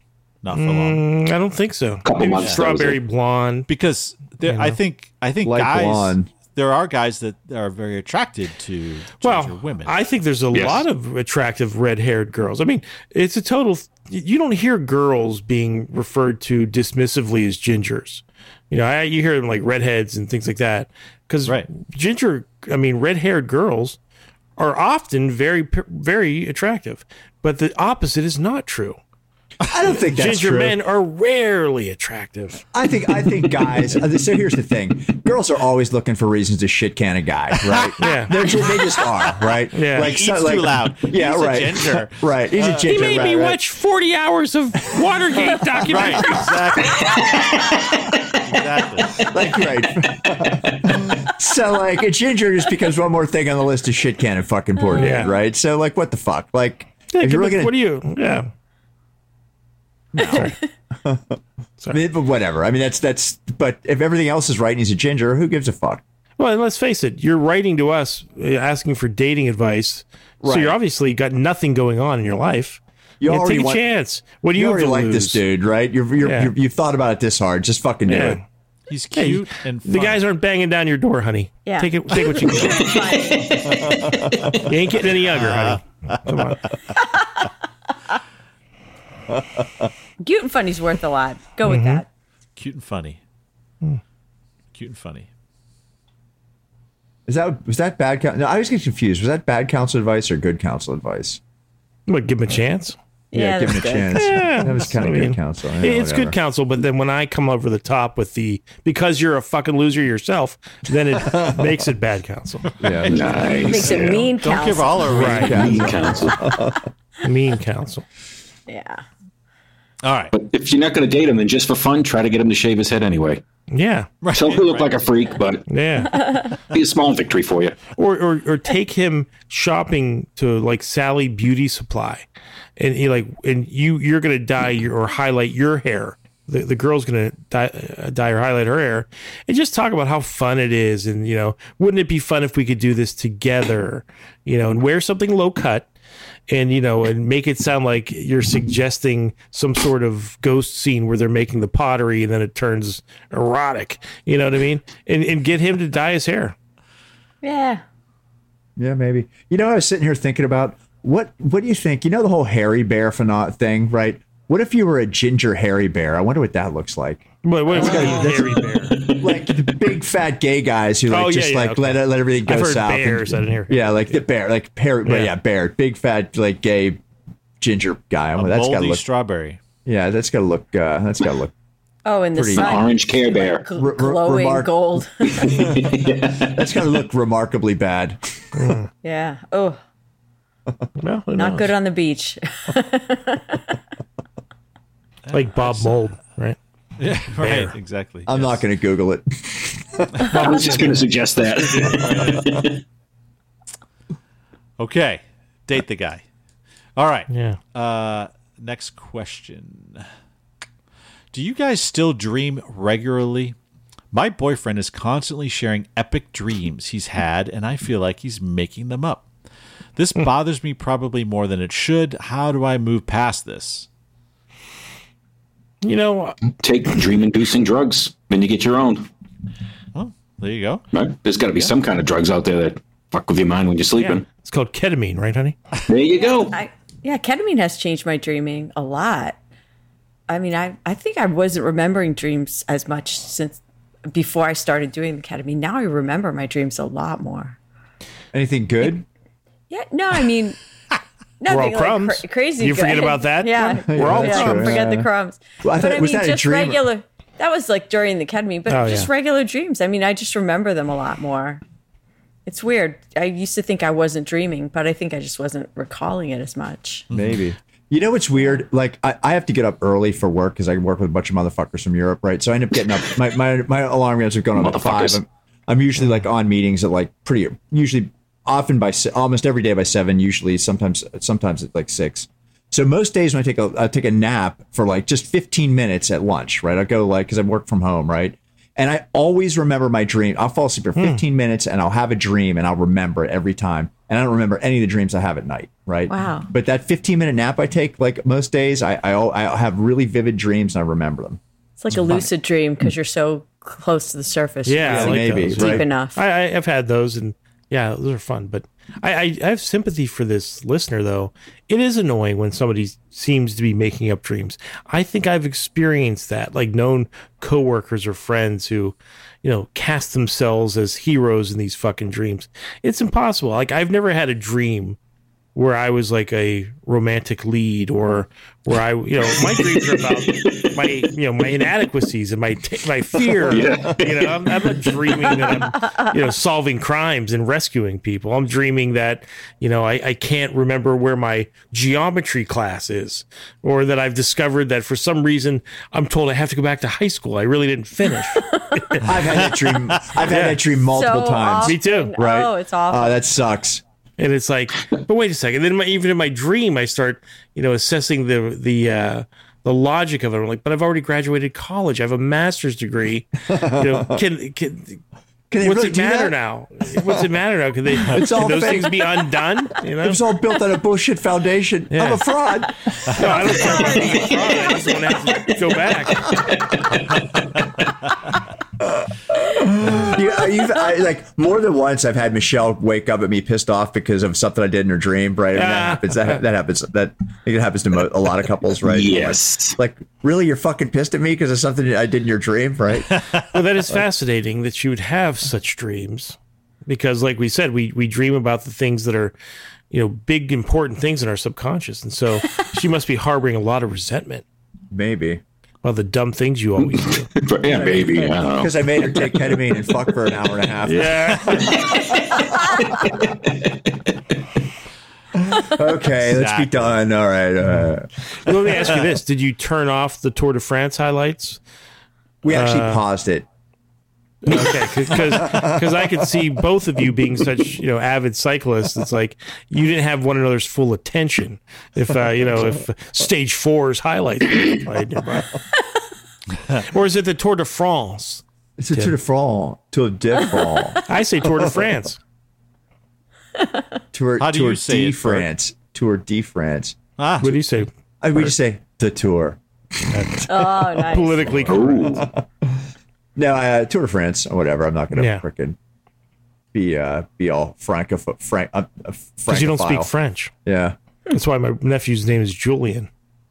S2: not for long.
S4: Mm, I don't think so.
S6: Couple
S4: Maybe
S6: months, that was
S4: strawberry blonde.
S2: Because there, I think I think
S1: Like
S2: guys,
S1: blonde.
S2: there are guys that are very attracted to ginger
S4: Well,
S2: women.
S4: I think there's a
S6: Yes.
S4: lot of attractive red-haired girls. I mean, it's a total. You don't hear girls being referred to dismissively as gingers. You know, I, you hear them like redheads and things like that. Because
S2: Right.
S4: ginger, I mean, red-haired girls are often very, p- very attractive. But the opposite is not true.
S1: I don't think that's
S4: ginger
S1: true.
S4: men are rarely attractive.
S1: I think I think guys. uh, So here's the thing: girls are always looking for reasons to shit can a guy, right?
S4: Yeah.
S1: They're ju- they just are, right?
S4: Yeah.
S2: He eats too loud.
S1: Yeah,
S2: He's a
S1: right.
S2: ginger. Uh,
S1: right. He's a ginger.
S4: He made
S1: right,
S4: me
S1: right.
S4: watch 40 hours of Watergate
S2: right,
S4: documentaries.
S2: exactly, exactly.
S1: Like right. so like a ginger just becomes one more thing on the list of shit can and fucking porn,
S4: Yeah.
S1: right? So like, what the fuck? Like,
S4: Yeah,
S1: if
S4: give
S1: you're
S4: it-
S1: looking at
S4: what are you? Yeah.
S1: I mean, but whatever. I mean, that's that's. But if everything else is right and he's a ginger, who gives a fuck?
S4: Well, and let's face it, you're writing to us uh, asking for dating advice. So
S1: Right.
S4: you're obviously got nothing going on in your life.
S1: You
S4: Yeah,
S1: already
S4: take a
S1: want-
S4: chance. What do you,
S1: You
S4: have
S1: already
S4: to
S1: like
S4: lose?
S1: this dude, right? You're, you're,
S4: Yeah.
S1: you're, you've thought about it this hard. Just fucking do
S4: Yeah.
S1: it.
S2: He's
S4: Hey,
S2: cute and
S4: the
S2: funny.
S4: guys aren't banging down your door, honey.
S3: Yeah.
S4: Take it. Take what you can. get. you ain't getting any younger,
S1: Uh,
S4: honey. Come on.
S3: Cute and funny's worth a lot. Go with that.
S2: cute and funny.
S4: Hmm.
S2: Cute and funny.
S1: Is that was that bad? coun- No, I always get confused. Was that bad counsel advice or good counsel advice?
S4: What? Give him a chance.
S3: Yeah,
S1: give
S3: that's
S1: him a
S3: good.
S1: chance.
S4: Yeah,
S1: that was kind
S4: I
S1: of
S4: mean,
S1: good counsel. Yeah,
S4: it's
S1: whatever.
S4: good counsel, but then when I come over the top with the because you're a fucking loser yourself, then it makes it bad counsel.
S1: Yeah.
S3: Makes
S6: Nice.
S3: it mean
S2: Don't give
S3: counsel.
S2: all our
S4: Right.
S6: Mean counsel.
S4: Mean counsel.
S3: yeah.
S2: All right.
S6: But if you're not going to date him, then just for fun, try to get him to shave his head anyway.
S4: Yeah.
S6: Tell him to look like a freak, but
S4: Yeah.
S6: be a small victory for you.
S4: or, or or take him shopping to like Sally Beauty Supply, and he like and you you're gonna dye your or highlight your hair. The, the girl's gonna dye, uh, dye or highlight her hair, and just talk about how fun it is, and you know, wouldn't it be fun if we could do this together, you know, and wear something low cut, and you know, and make it sound like you're suggesting some sort of ghost scene where they're making the pottery, and then it turns erotic, you know what I mean, and and get him to dye his hair.
S3: Yeah.
S1: yeah, maybe. You know, I was sitting here thinking about what what do you think? You know the whole hairy bear pheno- thing, right? What if you were a ginger hairy bear? I wonder what that looks like.
S4: But what what do you mean hairy bear?
S1: Like the big fat gay guys who like
S4: Oh, yeah,
S1: just
S4: yeah,
S1: like
S4: okay.
S1: let let everything go
S4: I've heard
S1: south. and-
S4: bears. I didn't hear.
S1: yeah, like the bear, like bear, but
S4: Yeah.
S1: yeah, bear, big fat like gay ginger guy. Oh, that's gotta
S2: moldy
S1: look.
S2: strawberry.
S1: Yeah, that's gotta look. Uh, that's gotta look.
S3: Oh, and the
S1: Pretty-
S6: An
S3: sun,
S6: orange Care Bear.
S3: gl-
S1: re-
S3: glowing
S1: remark-
S3: gold.
S1: That's gotta look remarkably bad.
S3: Yeah. Oh,
S4: Well, who
S3: not
S4: knows?
S3: good on the beach.
S4: Like Bob Mold, right?
S2: Yeah, right. Exactly.
S4: Um,
S1: I'm not gonna Google it.
S6: I was just going to suggest that.
S2: Okay, date the guy. All right.
S4: Yeah.
S2: Uh, next question. Do you guys still dream regularly? My boyfriend is constantly sharing epic dreams he's had, and I feel like he's making them up. This
S1: Hmm.
S2: bothers me probably more than it should. How do I move past this?
S4: You know,
S6: Take dream inducing drugs, then you get your own.
S2: Well, Oh, there you go.
S6: Right? There's got to be some kind of drugs out there that fuck with your mind when you're sleeping.
S4: it's called ketamine, right, honey?
S6: There you go.
S3: I, yeah, ketamine has changed my dreaming a lot. I mean, I, I think I wasn't remembering dreams as much since before I started doing the ketamine. Now I remember my dreams a lot more.
S1: Anything good?
S3: Yeah, no, I mean, nothing
S4: all
S3: like
S4: crumbs.
S3: cra- crazy.
S4: You forget
S3: good.
S4: about that?
S3: Yeah,
S1: We're all
S3: yeah,
S1: crumbs.
S3: Forget
S1: Yeah.
S3: the crumbs.
S1: Well, I
S3: but
S1: thought-
S3: I
S1: was
S3: mean,
S1: that a
S3: just
S1: dream or-
S3: regular. That was like during the ketamine, but
S4: Oh,
S3: just
S4: yeah.
S3: regular dreams. I mean, I just remember them a lot more. It's weird. I used to think I wasn't dreaming, but I think I just wasn't recalling it as much.
S1: Maybe. You know what's weird? Like I, I have to get up early for work because I work with a bunch of motherfuckers from Europe, right? So I end up getting up. My my, my alarm goes have gone on at five.
S6: Motherfuckers.
S1: I'm, I'm usually like on meetings at like pretty usually often by se- almost every day by seven. Usually sometimes sometimes at like six. So most days when I take a I take a nap for like just 15 minutes at lunch, right? I go like because I work from home, right? And I always remember my dream. I'll fall asleep for 15 minutes and I'll have a dream and I'll remember it every time. And I don't remember any of the dreams I have at night, right?
S3: Wow.
S1: But that 15 minute nap I take, like most days, I I, al- I have really vivid dreams and I remember them.
S3: It's like a lucid dream because you're so close to the surface.
S4: Yeah, I
S3: It's
S4: like
S1: maybe,
S4: those.
S3: deep
S1: right?
S3: enough.
S4: I, I have had those, and yeah, those are fun. But I, I, I have sympathy for this listener, though. It is annoying when somebody seems to be making up dreams. I think I've experienced that, like known coworkers or friends who, you know, cast themselves as heroes in these fucking dreams. It's impossible. Like I've never had a dream where I was like a romantic lead or where I, you know, my dreams are about my, you know, my inadequacies and my, t- my fear. You know, I'm, I'm not dreaming that I'm, you know, solving crimes and rescuing people. I'm dreaming that, you know, I, I can't remember where my geometry class is or that I've discovered that for some reason I'm told I have to go back to high school. I really didn't finish.
S1: I've had that dream. I've had that dream multiple
S3: So
S1: times.
S3: awful.
S4: Me too.
S1: Right?
S3: Oh, it's awful.
S1: Oh, that sucks.
S4: and it's like, but wait a second. Then my, even in my dream, I start, you know, assessing the the uh, the logic of it. I'm like, but I've already graduated college. I have a master's degree. You know, can can
S1: Can they
S4: what's
S1: really
S4: it
S1: do
S4: matter
S1: that?
S4: now? What's it matter now? Can they
S1: It's all
S4: can those
S1: fake.
S4: things be undone? You know,
S1: It was all built on a bullshit foundation. I'm a fraud.
S4: no, I don't care. About being wrong. I just don't have to go back.
S1: you, you've, I, like more than once, I've had Michelle wake up at me pissed off because of something I did in her dream. Right? I mean, that
S4: Ah.
S1: happens. That, that happens. That I think it happens to mo- a lot of couples. Right?
S6: Yes.
S1: Like, really, you're fucking pissed at me because of something I did in your dream. Right?
S4: Well, that is fascinating that you would have such dreams, because, like we said, we we dream about the things that are. You know, big important things in our subconscious, and so she must be harboring a lot of resentment.
S1: Maybe.
S4: Well, the dumb things you always do.
S6: yeah, maybe. I don't know.
S1: Because I made her take ketamine and fuck for an hour and a half.
S4: yeah.
S1: Okay, let's be done. All right. Uh,
S4: Let me ask you this: Did you turn off the Tour de France highlights?
S1: we actually
S4: Uh,
S1: paused it.
S4: Okay, because I could see both of you being such you know avid cyclists. It's like you didn't have one another's full attention. If uh, you know if stage four's highlights were played nearby. or is it the Tour de France?
S1: It's a tour de France. Tour de France.
S4: I say Tour de France.
S1: Tour,
S2: How do
S1: tour
S2: you say
S1: de
S2: it, Bert?
S1: France. Tour de France.
S2: Ah,
S4: What do you say?
S1: I, we just say the tour.
S3: oh, nice.
S4: Politically correct.
S6: Ooh.
S1: No, uh, Tour de France or whatever. I'm not going to
S4: Yeah.
S1: frickin' be uh, be all francoph frank uh, uh,
S4: because you don't speak
S1: francophile.
S4: French.
S1: Yeah,
S4: That's why my nephew's name is Julian.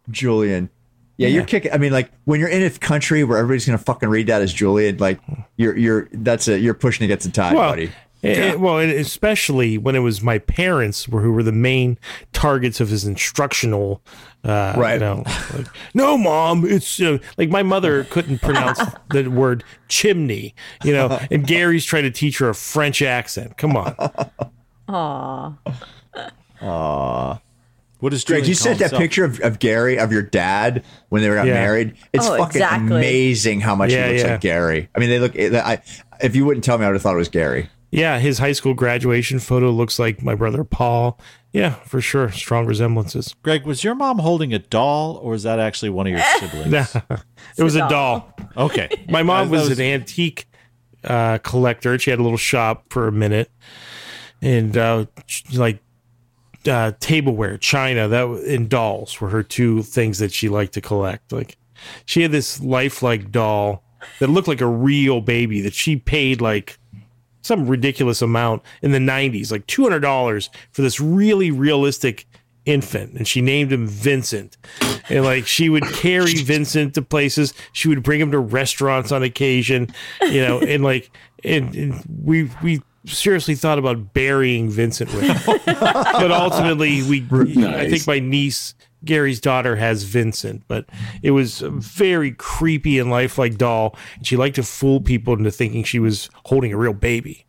S1: Julian. Yeah, you're kicking. I mean, like when you're in a country where everybody's gonna fucking read that as Julian, like you're you're that's it. You're pushing against the tide,
S4: Well,
S1: buddy.
S4: it- it- well, and especially when it was my parents were who were the main targets of his instructional. Uh, you
S1: Right.
S4: know, like, no, mom, it's you know, like my mother couldn't pronounce the word chimney. You know, and Gary's trying to teach her a French accent. Come on,
S2: What is
S1: Greg,
S2: Julian
S1: you
S2: call
S1: sent that
S2: himself?
S1: picture of, of Gary of your dad when they were got
S4: Yeah.
S1: married. It's
S3: Oh,
S1: fucking
S3: exactly.
S1: amazing how much
S4: Yeah,
S1: he looks
S4: yeah.
S1: like Gary. I mean, they look. I if you wouldn't tell me, I would have thought it was Gary.
S4: yeah, his high school graduation photo looks like my brother Paul. Yeah, for sure, strong resemblances.
S2: Greg, was your mom holding a doll, or is that actually one of your siblings?
S4: Nah, it was a
S3: doll.
S4: doll.
S2: Okay,
S4: My mom
S2: That
S4: was, an antique uh, collector. and She had a little shop for a minute, and uh, ch- like uh, tableware, china, that w- and dolls were her two things that she liked to collect. Like she had this lifelike doll that looked like a real baby that she paid like some ridiculous amount in the 90s, like $200 for this really realistic infant. And she named him Vincent. And like she would carry Vincent to places, she would bring him to restaurants on occasion, you know, and like, and, and we, we, Seriously, thought about burying Vincent with, him. but ultimately we. I think
S6: Nice.
S4: my niece Gary's daughter has Vincent, but it was a very creepy and lifelike doll, and she liked to fool people into thinking she was holding a real baby.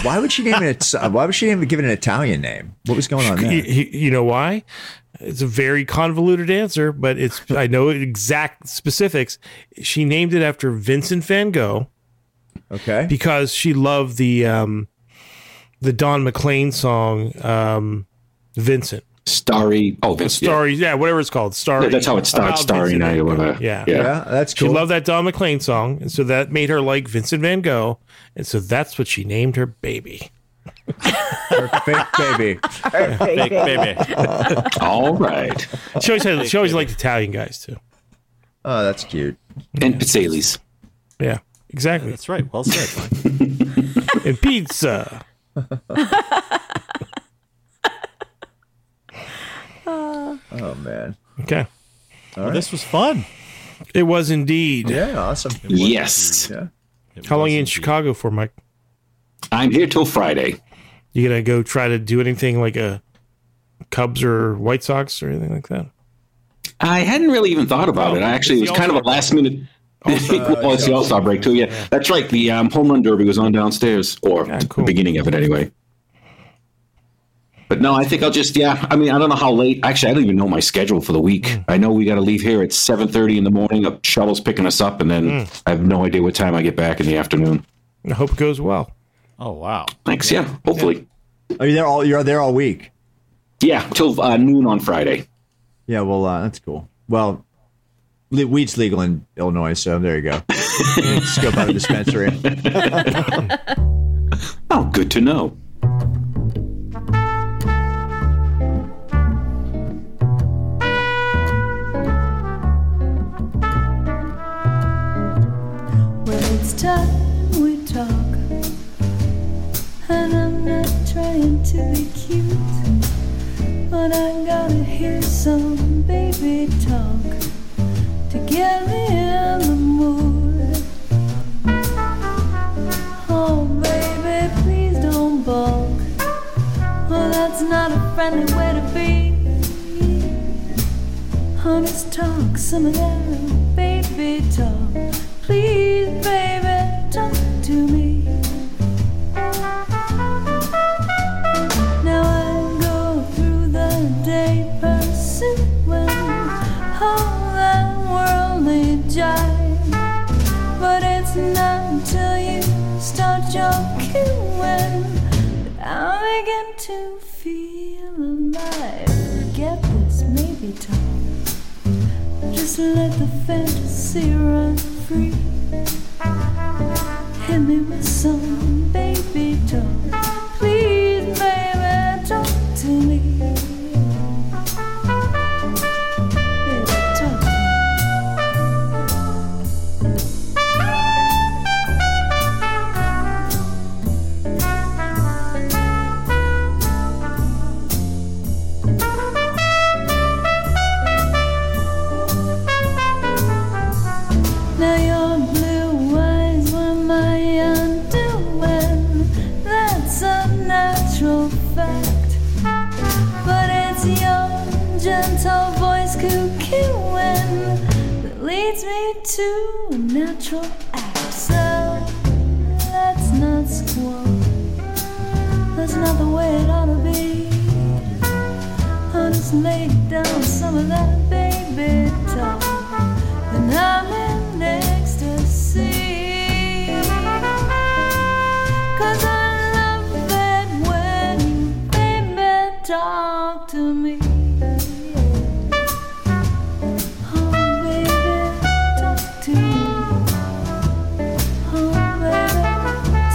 S1: Why would she name it? Why would she even give it an Italian name? What was going on
S4: Y-
S1: there?
S4: y- you know why? It's a very convoluted answer, but it's I know exact specifics. She named it after Vincent Van Gogh
S1: Okay.
S4: because she loved the um, the Don McLean song um, Vincent.
S6: Starry. Oh, that's yeah.
S4: Starry, yeah. whatever it's called. Starry.
S6: Yeah, that's how it starts.
S4: About
S6: Starry
S4: Vincent
S6: night
S4: Van
S6: or
S4: Gogh.
S6: whatever.
S4: Yeah.
S1: Yeah, that's cool.
S4: She loved that Don McLean song, and so that made her like Vincent Van Gogh, and so that's what she named her baby.
S1: Her fake baby.
S2: Big baby.
S6: All right.
S4: She always had, she always liked Italian guys too.
S1: Oh, that's cute.
S6: And pizzalis.
S4: Yeah, exactly.
S2: That's right. Well said. Mike.
S4: And pizza.
S1: Oh man.
S4: Okay,
S2: Well, this was fun.
S4: it was indeed.
S1: Yeah, awesome.
S6: Yes.
S1: Yeah.
S4: How long are you in
S2: Indeed.
S4: Chicago for, Mike?
S6: I'm here till Friday.
S4: You gonna go try to do anything like a Cubs or White Sox or anything like that?
S6: I hadn't really even thought about it. I actually it
S4: Oh, it's
S6: was
S4: the
S6: kind of a
S4: All-Star
S6: last minute. well, it's the All Star break too. Yeah, that's right. The um, home run derby was on downstairs, or
S4: Ah, cool.
S6: the beginning of it anyway. But no, I think I'll just yeah. I mean, I don't know how late. Actually, I don't even know my schedule for the week.
S4: Mm.
S6: I know we got to leave here at seven thirty in the morning. A shuttle's picking us up, and then
S4: Mm.
S6: I have no idea what time I get back in the afternoon.
S4: I hope it goes well.
S2: Oh wow.
S6: Thanks. Yeah, hopefully.
S1: Are you there all? You're there all week.
S6: Yeah, till uh, noon on Friday.
S1: Yeah. Well, uh, that's cool. Well, le- weed's legal in Illinois, so there you go. Just go by the dispensary.
S6: Oh, good to know.
S8: Well, it's time we talk. And I'm not trying to be cute. But I gotta hear some baby talk to get me in the mood. Oh, baby, please don't balk. Well, that's not a friendly way to be. Honest talk, some of that baby talk. Please, baby, talk to me. Now I go through the day pursuing all that worldly jive. But it's not till you start your queuing that I begin to feel alive. Get this, maybe talk. Just let the fantasy run free. Hit me with some baby talk. Please, baby, talk to me. Yeah, talk to me. to a natural act. So let's not squawk. That's not the way it ought to be. Honest, lay down some of that baby talk. And I'm in ecstasy. Cause I love it when you baby talk to me. Oh, baby, talk to me. Oh,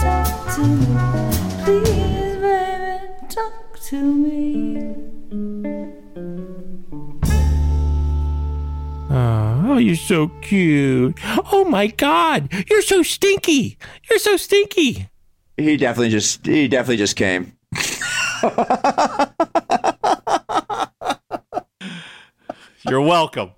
S8: baby, talk to me. Please, baby, talk to me.
S4: Oh, you're so cute. Oh my God, you're so stinky. You're so stinky.
S9: He definitely just he definitely just came.
S2: You're welcome.